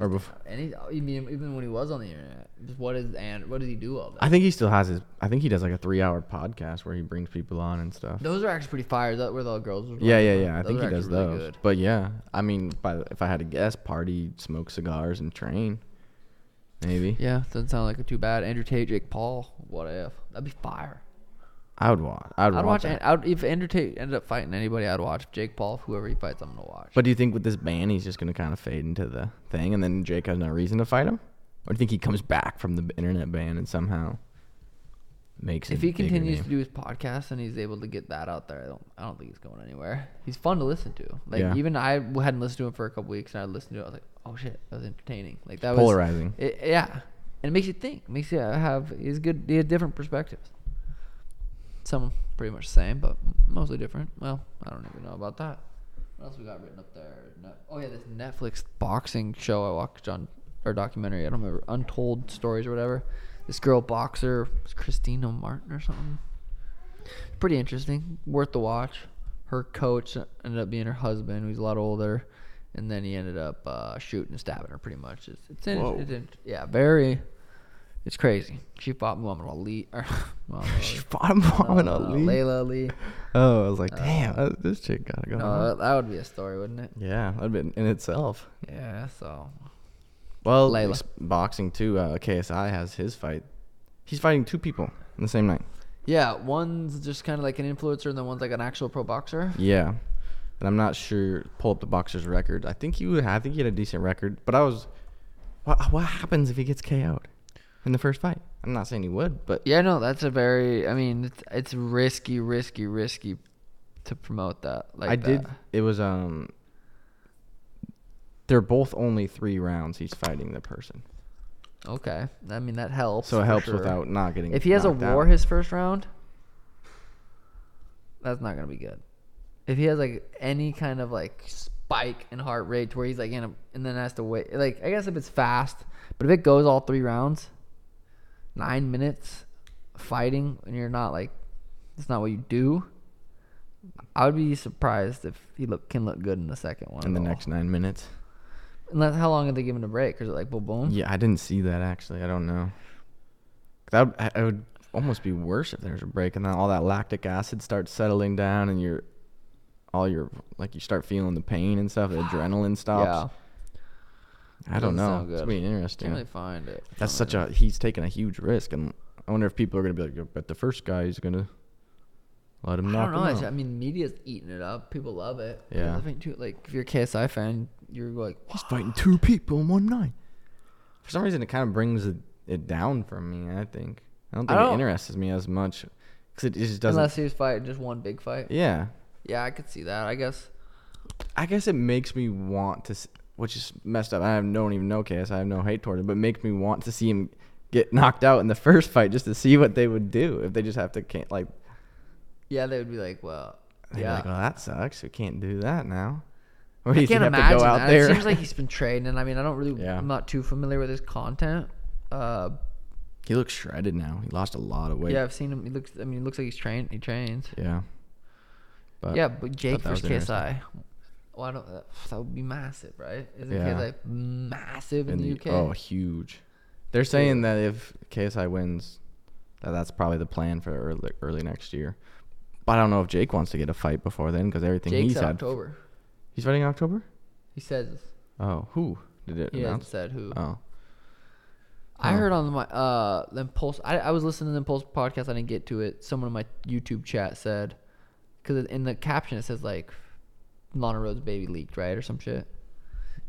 or before, Any, even even when he was on the internet, just what is and what does he do all day? I think he still has his. I think he does like a three-hour podcast where he brings people on and stuff. Those are actually pretty fire. Is that where the girls? Were Yeah, talking yeah, about? yeah. I Those think are he does actually really those. good. But yeah, I mean, by, if I had to guess, party, smoke cigars, and train, maybe. Yeah, doesn't sound like too bad. Andrew Tate, Jake Paul, what if? That'd be fire. I would watch. I would I'd watch. watch. An- I'd, if Andrew Tate ended up fighting anybody, I'd watch. If Jake Paul, whoever he fights, I'm gonna watch. But do you think with this ban, he's just going to kind of fade into the thing, and then Jake has no reason to fight him? Or do you think he comes back from the internet ban and somehow makes if a he bigger continues to name? do his podcast and he's able to get that out there, I don't, I don't think he's going anywhere. He's fun to listen to. Like Yeah. even I w- hadn't listened to him for a couple weeks, and I listened to it. I was like, oh shit, that was entertaining. Like that Polarizing. was it, yeah, and it makes you think. Makes you have he's good. He has different perspectives. Some pretty much the same, but mostly different. Well, I don't even know about that. What else we got written up there? No, oh yeah, this Netflix boxing show I watched on or documentary. I don't remember Untold Stories or whatever. This girl boxer was Christina Martin or something. Pretty interesting, worth the watch. Her coach ended up being her husband, who's a lot older, and then he ended up uh, shooting and stabbing her. Pretty much, it's it's, in, Whoa. it's in- yeah, very. It's crazy. She fought Muhammad Ali. Or, Muhammad she Ali. fought him on No, no, no, Ali. Layla Ali. Oh, I was like, damn, uh, this chick got to go. No, that, that would be a story, wouldn't it? yeah, that'd been in itself. Yeah. So Well, Layla. ex- boxing too. Uh, KSI has his fight. He's fighting two people in the same night. yeah, one's just kind of like an influencer, and the one's like an actual pro boxer. Yeah, and I'm not sure. Pull up the boxer's record. I think he would. I think he had a decent record. But I was, what, what happens if he gets KO'd in the first fight? I'm not saying he would, but Yeah, no, that's a very. I mean, it's, it's risky, risky, risky to promote that. Like I that. did. It was um. They're both only three rounds. He's fighting the person, Okay, I mean that helps. so it for helps sure. without not getting. If he has a knocked out. war his first round, that's not gonna be good. If he has like any kind of like spike in heart rate to where he's like in a, and then has to wait. Like I guess if it's fast, but if it goes all three rounds, nine minutes fighting, and you're not like, it's not what you do. I would be surprised if he look can look good in the second one. at in the all. next nine minutes. unless how long have they given a break? Or is it like boom, boom? Yeah, I didn't see that actually. I don't know. That would- I- it would almost be worse if there's a break and then all that lactic acid starts settling down and you're all your like you start feeling the pain and stuff. The adrenaline yeah. stops. I don't Doesn't know. sound It's good. be Can't interesting. really find it. That's such a he's taking a huge risk, and I wonder if people are gonna be like, but the first guy is gonna let him I knock don't know. him I, ju- I out. mean, media's eating it up. People love it. But Yeah. I think too, like if you're a KSI fan, you're like, He's fighting two people in one night. For some reason, it kind of brings it, it down for me. I think I don't I think it don't- interests me as much because it just doesn't. unless he was fighting just one big fight. yeah, Yeah, I could see that. I guess. I guess it makes me want to, s- which is messed up. I have no, don't even know KS. I have no hate toward him, but it makes me want to see him get knocked out in the first fight just to see what they would do if they just have to can't like. Yeah, they would be like, well, they'd be yeah. Like, oh, that sucks. We can't do that now. Or I does he can't have to imagine that. It seems like he's been training. I mean, I don't really. Yeah. I'm not too familiar with his content. Uh, he looks shredded now. He lost a lot of weight. yeah, I've seen him. He looks. I mean, he looks like he's trained. He trains. Yeah. But yeah, but Jake that was versus KSI. Well, I don't. That, that would be massive, right? Isn't Yeah. KSI massive in, in the, the- UK? Oh, huge. They're saying that if KSI wins, that that's probably the plan for early, early next year. But I don't know if Jake wants to get a fight before then because everything Jake's he's in had. October. He's fighting in October? He says Oh, who did it he hasn't announce? said who. Oh, I Huh. heard on my uh the impulse. I, I was listening to the impulse podcast. I didn't get to it. Someone in my YouTube chat said, because in the caption it says like, Lana Rhodes baby leaked right or some shit.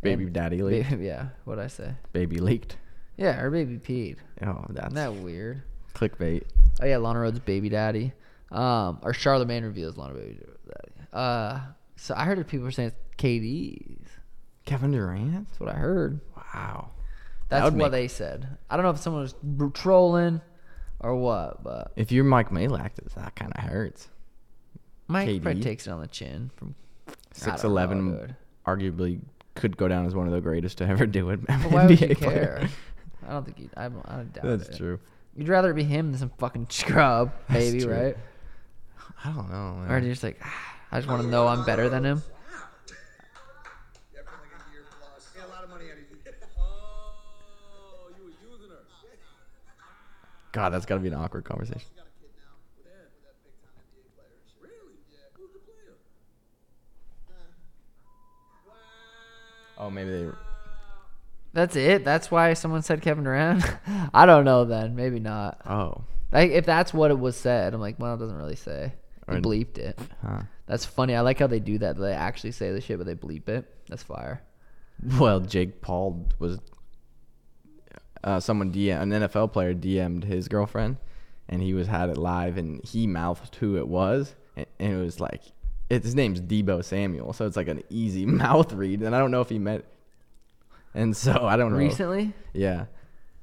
baby And- daddy leaked. Ba- yeah, what I say? baby leaked. Yeah, her baby peed. Oh, that's Isn't that weird? clickbait. Oh yeah, Lana Rhodes baby daddy. Um, or Charlemagne reveals Lana baby daddy. Uh, so I heard that people were saying it's KD's. Kevin Durant. That's what I heard. Wow. That That's would what make- they said. I don't know if someone was br- trolling or what, but If you're Mike Malak, that- that kind of hurts. Mike probably KD. takes it on the chin from I don't know, 6'11", dude. arguably could go down as one of the greatest to ever do it. But why would you NBA player. care? I don't think you. I don't. I doubt it. That's true. You'd rather be him than some fucking scrub, That's baby, true. right? I don't know. Man. Or you're just like, "Ah, I just want to know I'm better than him. Definitely a year plus. Get a lot of money out of you. Oh, you were using her. God, that's got to be an awkward conversation. Got a kid now with that, with that big time NBA player. and shit. Really? Yeah. Who's the player? Oh, maybe they. That's it. That's why someone said Kevin Durant. I don't know. Then maybe not. Oh, Like if that's what it was said, I'm like, well, it doesn't really say. They Or- bleeped it. huh. That's funny. I like how they do that. They actually say the shit, but they bleep it. That's fire. Well, Jake Paul was. Uh, someone DM an NFL player DM'd his girlfriend, and he was had it live, and he mouthed who it was, and, and it was like, it, his name's Debo Samuel, so it's like an easy mouth read, and I don't know if he meant. And so I don't know. Recently, Yeah.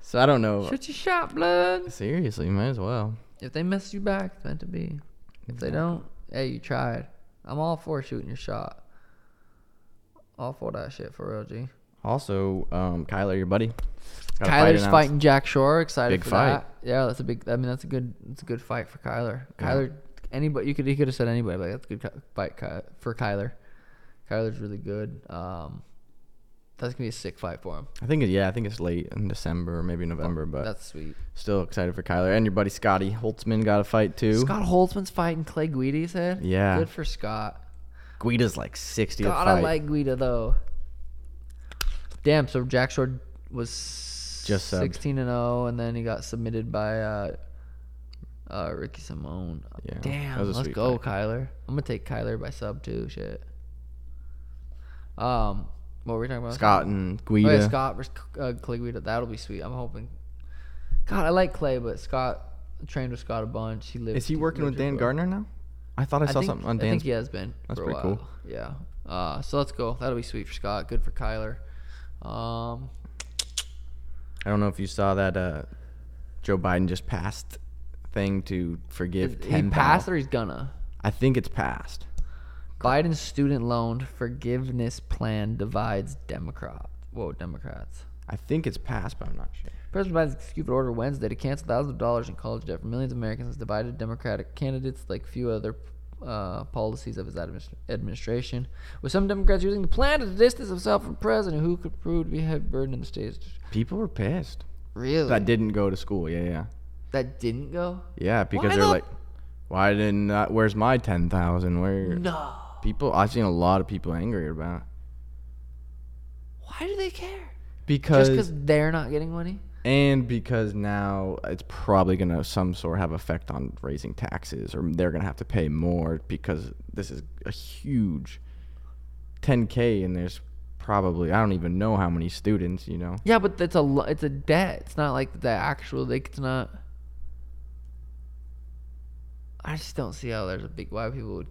So I don't know. shoot your shot, blood. Seriously, might as well. If they mess you back, it's meant to be. If they don't, hey, you tried. I'm all for shooting your shot. All for that shit for real, G. Also, um, Kyler, your buddy. got a fight Kyler's announced. fighting Jack Shore. Excited Big for fight. that. Yeah, that's a big. I mean, that's a good. That's a good fight for Kyler. Yeah. Kyler, anybody you could he could have said anybody, but that's a good Ky- fight Ky- for Kyler. Kyler's really good. Um, that's gonna be a sick fight for him. I think it, yeah, I think it's late in December, or maybe November, but That's sweet. still excited for Kyler and your buddy Scotty Holtzman got a fight too. Scott Holtzman's fighting Clay Guida. He said, Yeah. good for Scott." Guida's like 60th God, fight. I like Guida though. Damn. So Jack Shore was Just subbed. sixteen and zero, and then he got submitted by uh, uh, Ricky Simone. Yeah, that was Damn. a Let's sweet go, Kyler. I'm gonna take Kyler by sub too. Shit. Um, what were we talking about? Scott and Oh, Guida. yeah, Scott versus uh, Clay Guida. That'll be sweet. I'm hoping. God, I like Clay, but Scott I trained with Scott a bunch. He lived. Is he working with lived here Dan for- Gardner now? I thought I, saw think- something on I Dan's. think he has been. That's for a pretty cool. while. Yeah. Uh, so let's go. That'll be sweet for Scott. Good for Kyler. Um, I don't know if you saw that uh, Joe Biden just passed thing to forgive is- he 10 passed pal- or he's gonna. I think it's passed. Biden's student loan forgiveness plan divides Democrat. Whoa, Democrats. I think it's passed, but I'm not sure. President Biden's executive order Wednesday to cancel thousands of dollars in college debt for millions of Americans has divided Democratic candidates like few other uh, policies of his adminis- administration. With some Democrats using the plan to distance himself from president, who could prove to be a heavy burden in the state's. People were pissed. Really? That didn't go to school. Yeah, yeah. that didn't go? Yeah, because Why they're the- like, why didn't that, where's my ten thousand? Where No. people? I've seen a lot of people angry about it. Why do they care? because Just because they're not getting money? and because now it's probably gonna some sort have effect on raising taxes, or they're gonna have to pay more because this is a huge ten k, and there's probably I don't even know how many students. You know, Yeah, but it's a lo- it's a debt. It's not like the actual. Like it's not. I just don't see how there's a big why people would.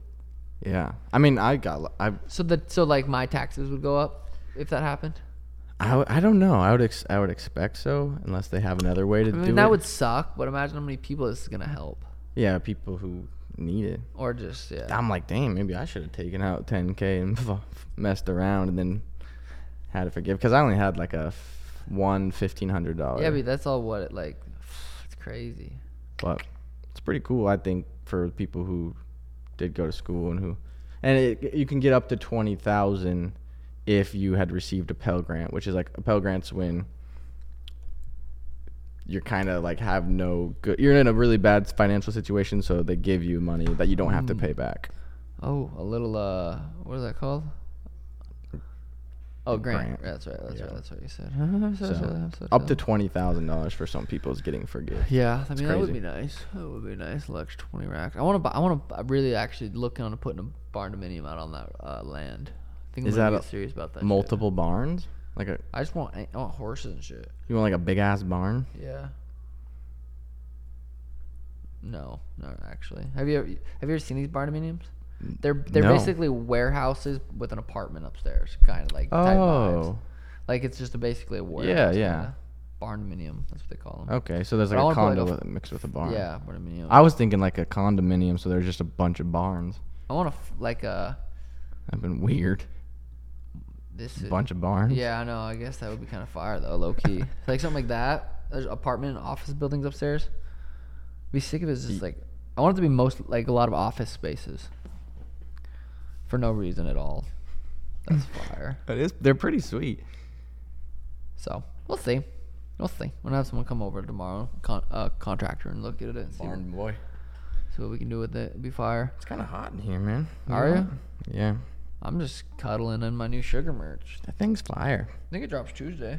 yeah. I mean, I got I So that so like my taxes would go up if that happened. I, w- I don't know. I would ex- I would expect so unless they have another way to I do mean that it. would suck, but imagine how many people this is gonna help. yeah, people who need it. Or just yeah. I'm like, damn, maybe I should have taken out 10k and f- messed around and then had to forgive because I only had like a f- one fifteen hundred dollar. Yeah, but that's all what it like. It's crazy. but it's pretty cool, I think, for people who did go to school and who, and it, you can get up to twenty thousand if you had received a Pell Grant, which is like a Pell Grant's when you're kind of like have no good. You're in a really bad financial situation, so they give you money that you don't have Mm. to pay back. Oh, a little uh, what is that called? Oh, grant. grant. That's right. That's Yeah. right. That's what you said. I'm so So, sorry, I'm so up to sorry. twenty thousand dollars for some people is getting forgiven. Yeah, I mean that would crazy. be nice. That would be nice. Lux twenty racks. I want to buy. I want to really actually looking on putting a barn dominium out on that uh, land. I think I'm Is gonna that get a serious about that. shit. Multiple barns, like a I just want I want horses and shit. you want like a big ass barn. Yeah. No, not actually. Have you ever, have you ever seen these barn dominiums? They're they're no. basically warehouses with an apartment upstairs, kind of like type vibes. Oh, like it's just a, basically a warehouse. Yeah, yeah. Barn dominium. That's what they call them. Oh, okay. So there's But like I a wanna put, like, condo a with- mixed with a barn. Yeah, barn dominium. I was thinking like a condominium, so there's just a bunch of barns. uh, I want to like a That'd been weird. This is bunch of barns. Yeah, I know. I guess that would be kind of fire though, low key. like something like that. There's apartment and office buildings upstairs. Be sick if it's just like I want it to be most like a lot of office spaces. For no reason at all. That's fire. But it's, they're pretty sweet. So we'll see. We'll see. We'll have someone come over tomorrow, con- uh, contractor, and look at it and see what, boy. see what we can do with it. It'd be fire. It's kind of hot in here, man. Are know? ya? Yeah. I'm just cuddling in my new sugar merch. That thing's fire. I think it drops Tuesday.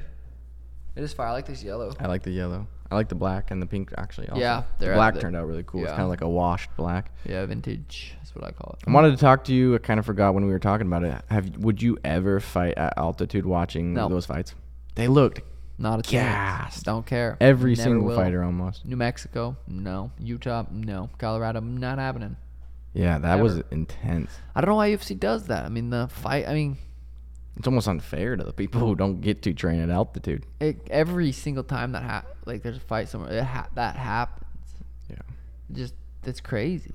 It is fire. I like this yellow. I like the yellow. I like the black and the pink actually. Also. Yeah, the they're- black they- turned out really cool. It's yeah. kind of like a washed black. Yeah, vintage. That's what I call it. I wanted to talk to you. I kind of forgot when we were talking about it. Have would you ever fight at altitude watching No. those fights? They looked Not a chance. Gassed. Don't care. every Never single will. fighter almost. New Mexico, no. Utah, no. Colorado, not happening. Yeah, that was Ever. intense. I don't know why UFC does that. I mean, the fight. I mean, It's almost unfair to the people who don't get to train at altitude. it, every single time that hap like there's a fight somewhere, it ha- that happens. Yeah. Just that's crazy.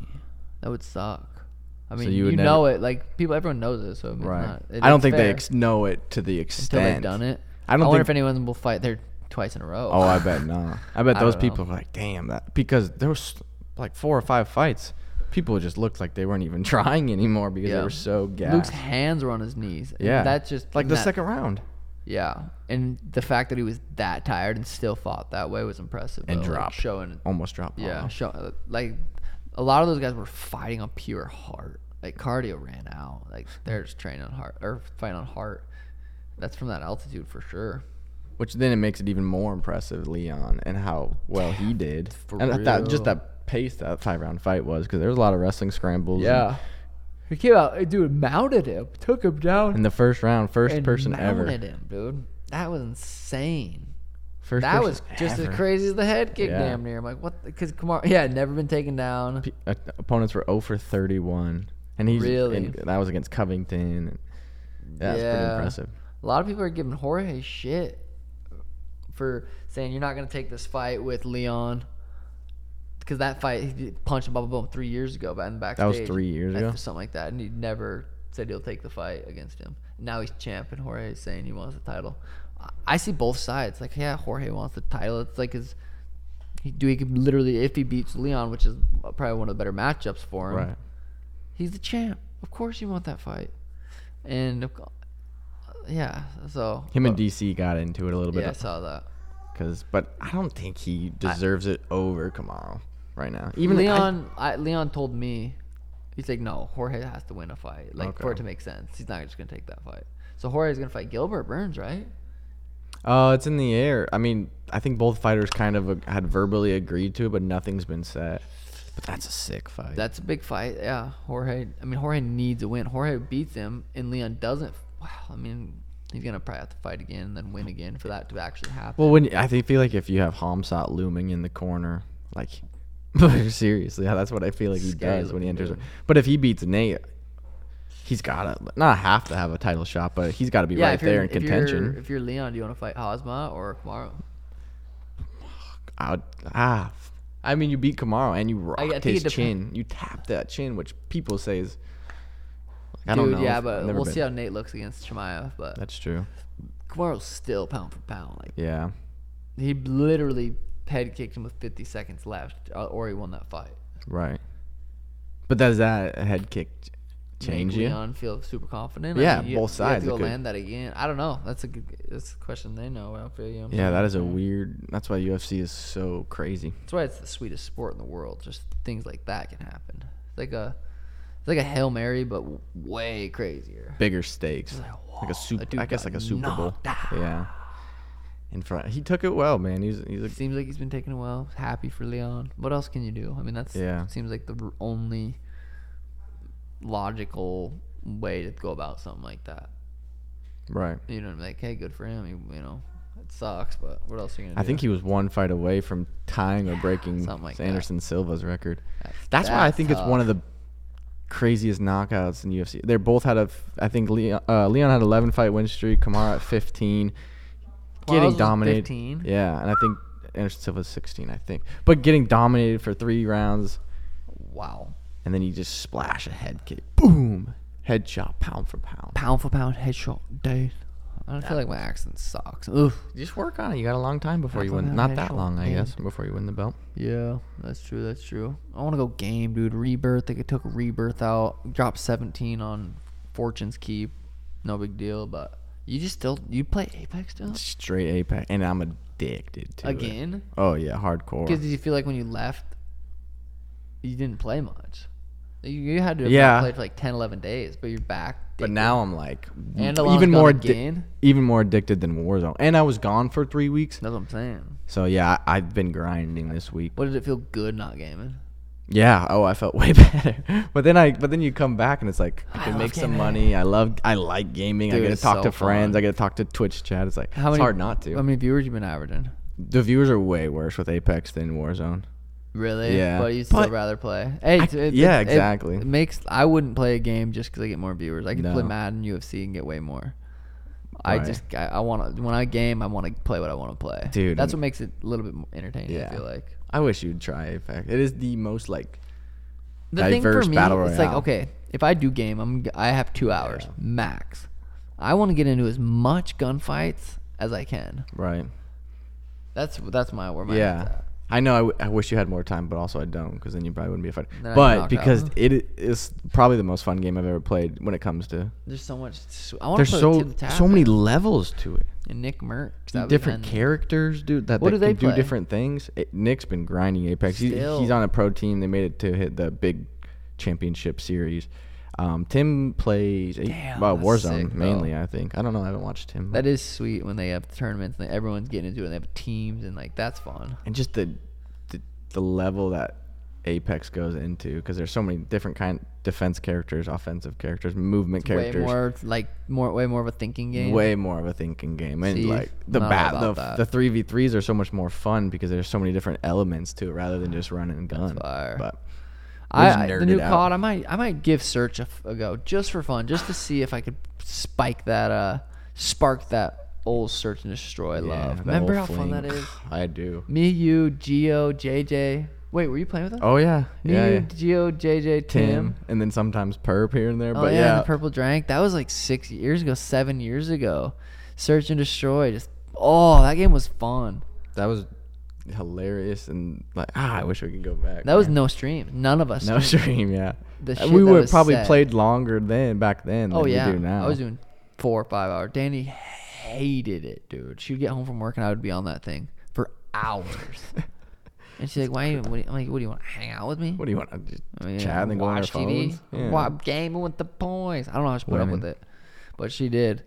That would suck. I mean, you you, would never- know it. Like people, everyone knows it. So it's Right. not- it- I don't it's think they fair ex- know it to the until extent. they've done it. I don't wonder think- if anyone will fight there twice in a row. Oh, I bet not. I bet I those don't know. people are like, damn that, because there was like four or five fights. People just looked like they weren't even trying anymore because they Yeah. were so gassed. Luke's hands were on his knees. and yeah, that's just like the not- second round Yeah, and the fact that he was that tired and still fought that way was impressive. and though, like, drop showing. almost drop. Yeah, Wow. show, like a lot of those guys were fighting on pure heart. Like cardio ran out. Like they're just training on heart or fighting on heart. That's from that altitude for sure. which then it makes it even more impressive, Leon, and how well he did. For and I thought real. just that pace that five round fight was because there was a lot of wrestling scrambles. and- he came out, dude, mounted him, took him down, in the first round, first person ever. mounted him, dude. That was insane. First that person was just ever. as crazy as the head kick, Yeah. damn near. I'm like, what? Because Kamar, yeah, had never been taken down. P- uh, opponents were 0 for 31. And he's Really? and that was against Covington. And that's pretty Yeah. impressive. A lot of people are giving Jorge shit for saying you're not going to take this fight with Leon because that fight he did- punched blah blah blah three years ago, but in the backstage was three years uh, ago? something like that, and he never said he'll take the fight against him. Now he's champ, and Jorge is saying he wants the title. I- I see both sides. Like, yeah, Jorge wants the title. It's like his. He, do he could literally if he beats Leon, which is probably one of the better matchups for him. Right. He's the champ. Of course you want that fight. And of co- yeah, so Him and DC got into it a little yeah, I bit. saw that. Cause, but I don't think he deserves it over Kamaru right now. Even Even I- Leon, I, Leon told me, he's like, no, Jorge has to win a fight, like for Okay. it to make sense. He's not just gonna take that fight. So Jorge's gonna fight Gilbert Burns, right? Oh, it's in the air. I mean, I think both fighters kind of ag- had verbally agreed to it, but nothing's been set. But that's a sick fight. That's a big fight. Yeah, Jorge. I mean, Jorge needs a win. Jorge beats him, and Leon doesn't. Wow. I mean, he's gonna probably have to fight again and then win again for that to actually happen. well, when I think feel like if you have Hamsat looming in the corner, like seriously, yeah, that's what I feel like he Scary does when he looking enters. dude. it. But if he beats Nate, he's gotta not have to have a title shot, but he's got to be yeah, right if you're- there in if you're- contention. If you're Leon, do you want to fight Hosma or Kamaru? I would- ah, f- I mean, you beat Kamaro and you I rocked think his it dep- chin. You tapped that chin, which people say is. I Dude, don't know. yeah, I've but never we'll been- see how Nate looks against Shemaev. But That's true. Kamaru's still pound for pound. Like Yeah. he literally head kicked him with 50 seconds left, uh, or he won that fight. Right. But does that head kick ch- Make change you? Leon feel super confident. Yeah, you- both you have sides, to it go could- land that again. I don't know. That's a good. That's a question they know. I feel you. Yeah, that is a weird. That's why UFC is so crazy. That's why it's the sweetest sport in the world. Just things like that can happen. It's like a, it's like a hail mary, but w- way crazier. Bigger stakes, like, like "Whoa, a super. that dude I guess got like a Super Bowl. knocked out. Yeah. In front, he took it well, man. He's he's a, It seems like he's been taking a while. Happy for Leon. What else can you do? I mean, that's Yeah. seems like the r- only logical way to go about something like that. right. You know, like, hey, good for him. You, you know, it sucks, but what else are you gonna I do? think he was one fight away from tying or breaking something like that. Anderson Silva's record. That's- That's why I that's think it's one of the craziest knockouts in UFC. They are both had a, f- I think Leon, uh, Leon had 11 fight win streak, Kamara at 15, Kamara's getting was dominated. 15? Yeah, and I think Anderson Silva's 16, I think, but getting dominated for three rounds, wow. and then you just splash a head kick, boom, Headshot, pound for pound. Pound for pound headshot, dude. I don't feel like my accent sucks. Ugh. Just work on it. You got a long time before you Half win. an Not hour that short, long, I dude. guess, before you win the belt. Yeah, that's true. That's true. I want to go game, dude. Rebirth. They could took rebirth out, dropped 17 on Fortune's Keep. No big deal, but you just still you play Apex still Straight Apex, and I'm addicted to it. again? Oh yeah, Because hardcore. did you feel like when you left, you didn't play much? You, you had to have Yeah. not played for like 10, 11 days, but you're back. But digging. now I'm like Andalon's even gone more addi- again. even more addicted than Warzone. And I was gone for three weeks, that's what I'm saying. so yeah, I, I've been grinding this week. What did it feel good not gaming? Yeah. Oh, I felt way better. But then I, but then you come back and it's like I I can love make some gaming. money. I love, I like gaming. I Dude, get to it's talk so to friends. fun. I get to talk to Twitch chat. It's like it's hard not to. How many viewers you been averaging? the viewers are way worse with Apex than Warzone. Really? Yeah. But you'd still But- rather play. Hey, it's- it- yeah, it- it exactly. makes I wouldn't play a game just because I get more viewers. I could No. play Madden, UFC, and get way more. I Right. just I, I want to when I game I want to play what I want to play. Dude, that's I'm- what makes it a little bit more entertaining. Yeah. I feel like I wish you'd try Apex. It is the most like the thing Diverse for me battle it's like royale. okay if I do game I'm g- I have two hours Yeah. max. I want to get into as much gunfights as I can. right. That's that's my where my head's yeah. at. I know. I, w- I wish you had more time, but also I don't, because then you probably wouldn't be a fighter. Then I'd knock But out. because it i- is probably the most fun game I've ever played when it comes to. There's so much. I want There's to play so Tim Tap so many levels to it. and Nick Merck. that was different in- characters, dude. That What they do they can do play? different things. It- Nick's been grinding Apex. He, he's Still. on a pro team. They made it to hit the big championship series. Um, Tim plays a, Damn, well, that's Warzone sick, though. mainly. I think I don't know. I haven't watched Tim. That is sweet when they have tournaments and everyone's getting into it and they have teams and like that's fun. and just the, the the level that Apex goes into because there's so many different kind defense characters, offensive characters, movement characters. Way more like more way more of a thinking game. way more of a thinking game and See, like the not bat the, about that. the 3v3s are so much more fun because there's so many different elements to it rather than just run and gun fire. but we just I, I- nerded the new out. COD. I might I might give Search a, f- a go just for fun, just to see if I could spike that uh spark that old Search and Destroy Yeah, love. that Remember how old fun that fling. is? i do Me, you, Geo, JJ. Wait, were you playing with us? oh yeah Me, yeah, you, yeah. Geo, JJ, tim Tim. and then sometimes perp here and there Oh but yeah, and yeah, the purple drank. That was like six years ago, seven years ago. Search and destroy. Just oh, that game was fun. that was hilarious and like ah, i wish we could go back That was man. no stream. None of us. no streamed. stream yeah The Uh, shit we that would was probably said. played longer then back then Oh than yeah, we do now I was doing four or five hours. Danny hated it, dude. She'd get home from work and I would be on that thing for hours. and she's like, "Why? You, what do you, I'm like, what do you want to hang out with me? what do you want to just I mean, chat and then go Oh, on our watch TV, phones Yeah. wa- gaming with the boys. I don't know how she put up Women. with it, but she did.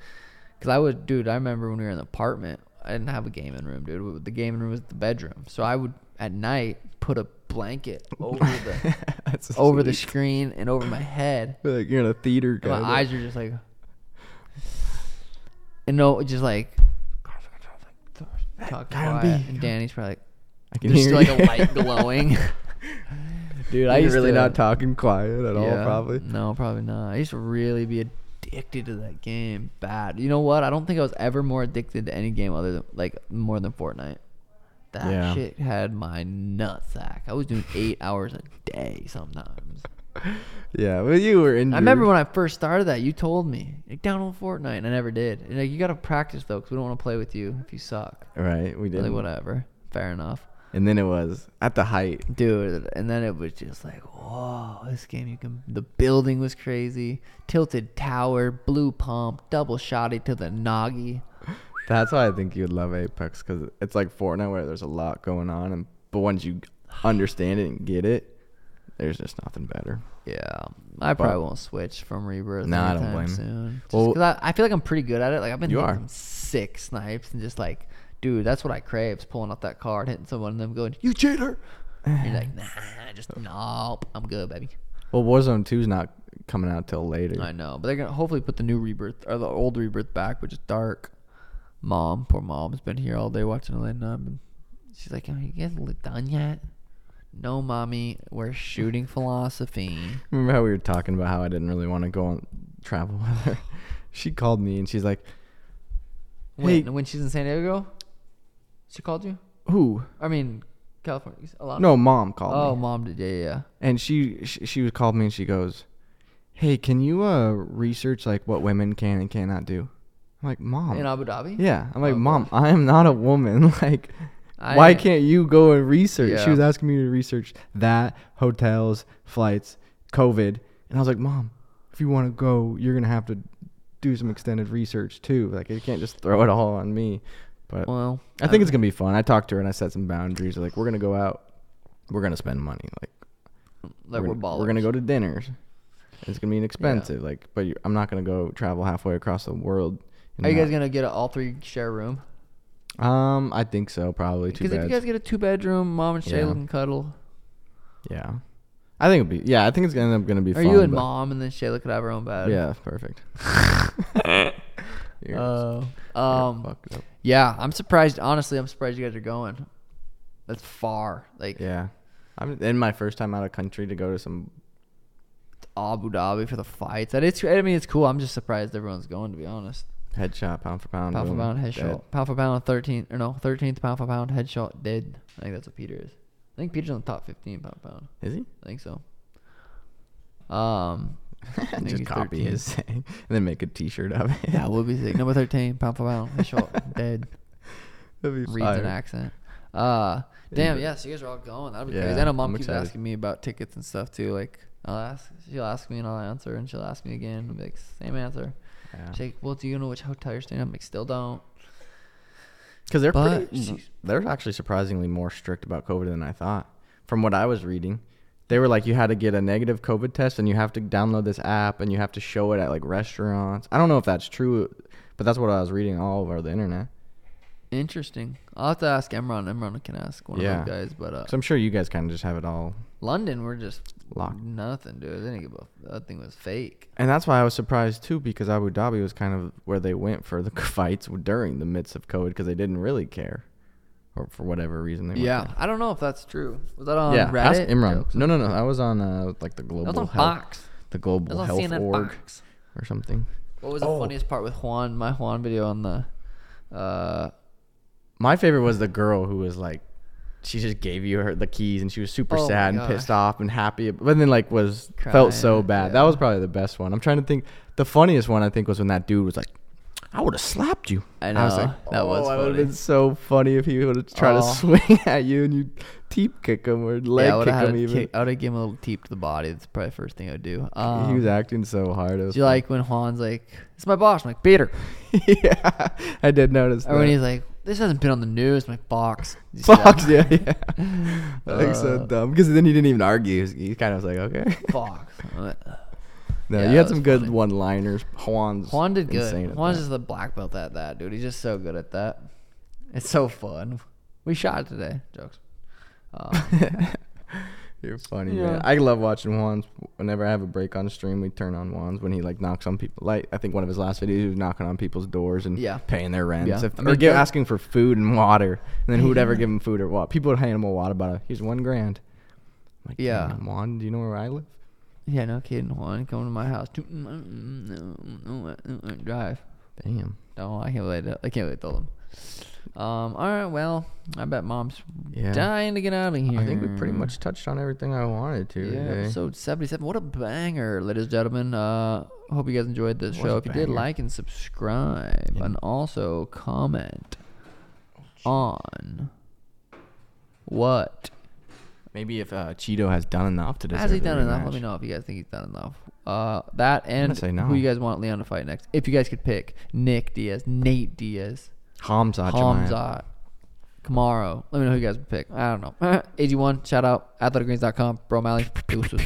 Cause I would, dude. I remember when we were in the apartment, I didn't have a gaming room, dude. The gaming room was the bedroom, so I would at night put a blanket over the That's over the sweet. screen and over my head. like you're in a theater And kinda. my eyes are just like, and no, just like. Talk Can't quiet. be. And Danny's probably like, I can there's hear still like a you. light glowing. Dude, I You're used really really to, not not talking quiet at all, Yeah. probably. No, probably not. I used to really be addicted to that game bad. You know what? I don't think I was ever more addicted to any game other than like more than Fortnite. That Yeah. shit had my nutsack. I was doing eight hours a day sometimes. Yeah, but you were injured. I remember when I first started that, you told me like, download Fortnite, and I never did. And, like, you gotta practice though, because we don't want to play with you if you suck. Right, we did. Really, whatever. Fair enough. And then it was at the height. dude and then it was just like whoa this game you can the building was crazy tilted tower blue pump double shotty to the noggy That's why I think you'd love Apex because it's like Fortnite where there's a lot going on, and but once you understand it and get it, there's just nothing better. yeah i probably won't switch from rebirth Nah, I don't anytime blame you. soon Just Well- 'cause I, I feel like i'm pretty good at it like i've been You hitting are. some sick snipes and just like dude that's what i crave is pulling up that card hitting someone and them going you cheater And you're like nah just nope i'm good baby Well, Warzone 2's not coming out till later. I know, but they're gonna hopefully put the new rebirth or the old rebirth back, which is dark. Mom, poor mom's been here all day watching Atlanta. And she's like, "Are you guys li- done yet?" No, mommy, we're shooting philosophy. Remember how we were talking about how I didn't really want to go on travel with her? She called me and she's like, When, Hey. when she's in San Diego, she called you. "Who? I mean, California, a lot. No, mom called me." Oh, mom did. Yeah, yeah. and she she, she was called me and she goes, "Hey, can you uh research like what women can and cannot do?" I'm like, "Mom." in Abu Dhabi. Um, yeah, I'm like, Oh, "Mom, I am not a woman. like, I why am- can't you go and research?" Yeah. She was asking me to research that hotels, flights, COVID, and I was like, "Mom, if you want to go, you're gonna have to do some extended research too. Like, you can't just throw it all on me." But Well, I think it's gonna be fun. I talked to her and I set some boundaries. Like, we're gonna go out. We're gonna spend money. Like, like we're, gonna- ballers. We're gonna go to dinners. It's gonna be inexpensive. Like, but you, I'm not gonna go travel halfway across the world. and Are you guys not- gonna get a all three share a room? Um, I think so. Probably two Because beds. if you guys get a two bedroom, mom and Shayla Yeah. can cuddle. yeah, I think it'll be. Yeah, I think it's gonna end up gonna be. Or fun, you and but- mom, and then Shayla could have her own bed. Yeah, perfect. You're- Oh. you're um. fucked up. Yeah, I'm surprised. Honestly, I'm surprised you guys are going. That's far. Like Yeah, I'm in my first time out of country to go to some. Abu Dhabi for the fights. That it's. I mean, it's cool. I'm just surprised everyone's going. To be honest, Headshot, pound for pound. pound for boom, pound dead. headshot. Pound for pound thirteenth or no thirteenth pound for pound headshot dead. I think that's what Peter is. I think Peter's on the top fifteen pound for pound. Is he? I think so. Um, I think Just he's copy 13. his thing and then make a T-shirt of it. Yeah, we'll be sick. Number thirteen, pound for pound, headshot dead. That'd be Reads an fire. accent. Uh, damn. but- Yeah, so you guys are all going. That'd be Yeah, crazy. I know mom I'm keeps excited. asking me about tickets and stuff too. Like, I'll ask. She'll ask me and I'll answer, and she'll ask me again. I'll be like, same answer. Yeah. She's like, well, do you know which hotel you're staying at? I'm like, still don't. Because they're But- pretty, they're actually surprisingly more strict about COVID than I thought. From what I was reading, they were like you had to get a negative COVID test and you have to download this app and you have to show it at like restaurants. I don't know if that's true, but that's what I was reading all over the internet. Interesting. I'll have to ask Emron. Emron can ask one Yeah. of those guys. But uh, So I'm sure you guys kind of just have it all London, we're just locked. nothing, dude. They didn't give a. That thing was fake. And that's why I was surprised too, because Abu Dhabi was kind of where they went for the fights during the midst of COVID, because they didn't really care, or for whatever reason they. went Yeah, there. I don't know if that's true. Was that on yeah. Reddit? Ask Imran. Jokes. No, no, no. I was on uh, like the global That was on health. Fox. the That global was on health CNN org Fox. or something. What was the Oh. funniest part with Juan? My Juan video on the. Uh, My favorite was the girl who was like, she just gave you her the keys and she was super Oh my sad and gosh. pissed off and happy, but then like was felt so Crying, bad. yeah. That was probably the best one. I'm trying to think. The funniest one I think was when that dude was like, "I would have slapped you." I was know. like, That was "Oh, I would've funny." been so funny if he would have tried Oh. to swing at you and you teep kick him or leg yeah, I would kick have him even. I would have given him a little teep to the body. That's probably the first thing I would do. he was Um, acting so hard. It was do you like when Juan's like, "It's my boss." I'm like, "Peter," yeah, I did notice. or when that. he's like, "This hasn't been on the news." I'm like, "Box." He's Fox, dead. yeah, yeah. I think so Uh, dumb because then he didn't even argue. He, he kind of was like, okay. Fox. I'm like, "Ugh." no, Yeah, you that had was some good funny. one-liners. Juan's Juan did insane good. at Juan's that. just the black belt at that, dude. He's just so good at that. It's so fun. We shot it today. Jokes. Um, You're funny, Yeah. man. I love watching Juan's. Whenever I have a break on stream, we turn on Juan's when he like knocks on people. Like I think one of his last videos, he was knocking on people's doors and Yeah. paying their rents, Yeah. if, I or mean, give, that- asking for food and water. And then who'd ever give him food or water? People would hand him a water bottle. Here's one grand. I'm like, Yeah. "Damn, Juan, do you know where I live? yeah, no kidding. Juan, come to my house. Drive. Damn. No, I can't relate. To, I can't relate to all of them. Um. All right. Well, I bet mom's Yeah. dying to get out of here. I think we pretty much touched on everything I wanted to. Mm. Yeah. today. Episode seventy-seven. What a banger, ladies and gentlemen. Uh, hope you guys enjoyed this Was show. a If you did, banger. like and subscribe, Yeah. Oh, and also comment on what Maybe if uh, Cheeto has done enough to deserve has he the done enough? Let rematch. me know if you guys think he's done enough. Uh, that and say who no. you guys want Leon to fight next. If you guys could pick Nick Diaz, Nate Diaz, Hamza, Hamzat, Hamza. Kamaro. Let me know who you guys would pick. I don't know. AG1, shout out, athleticgreens.com, bro Malley. Deuces.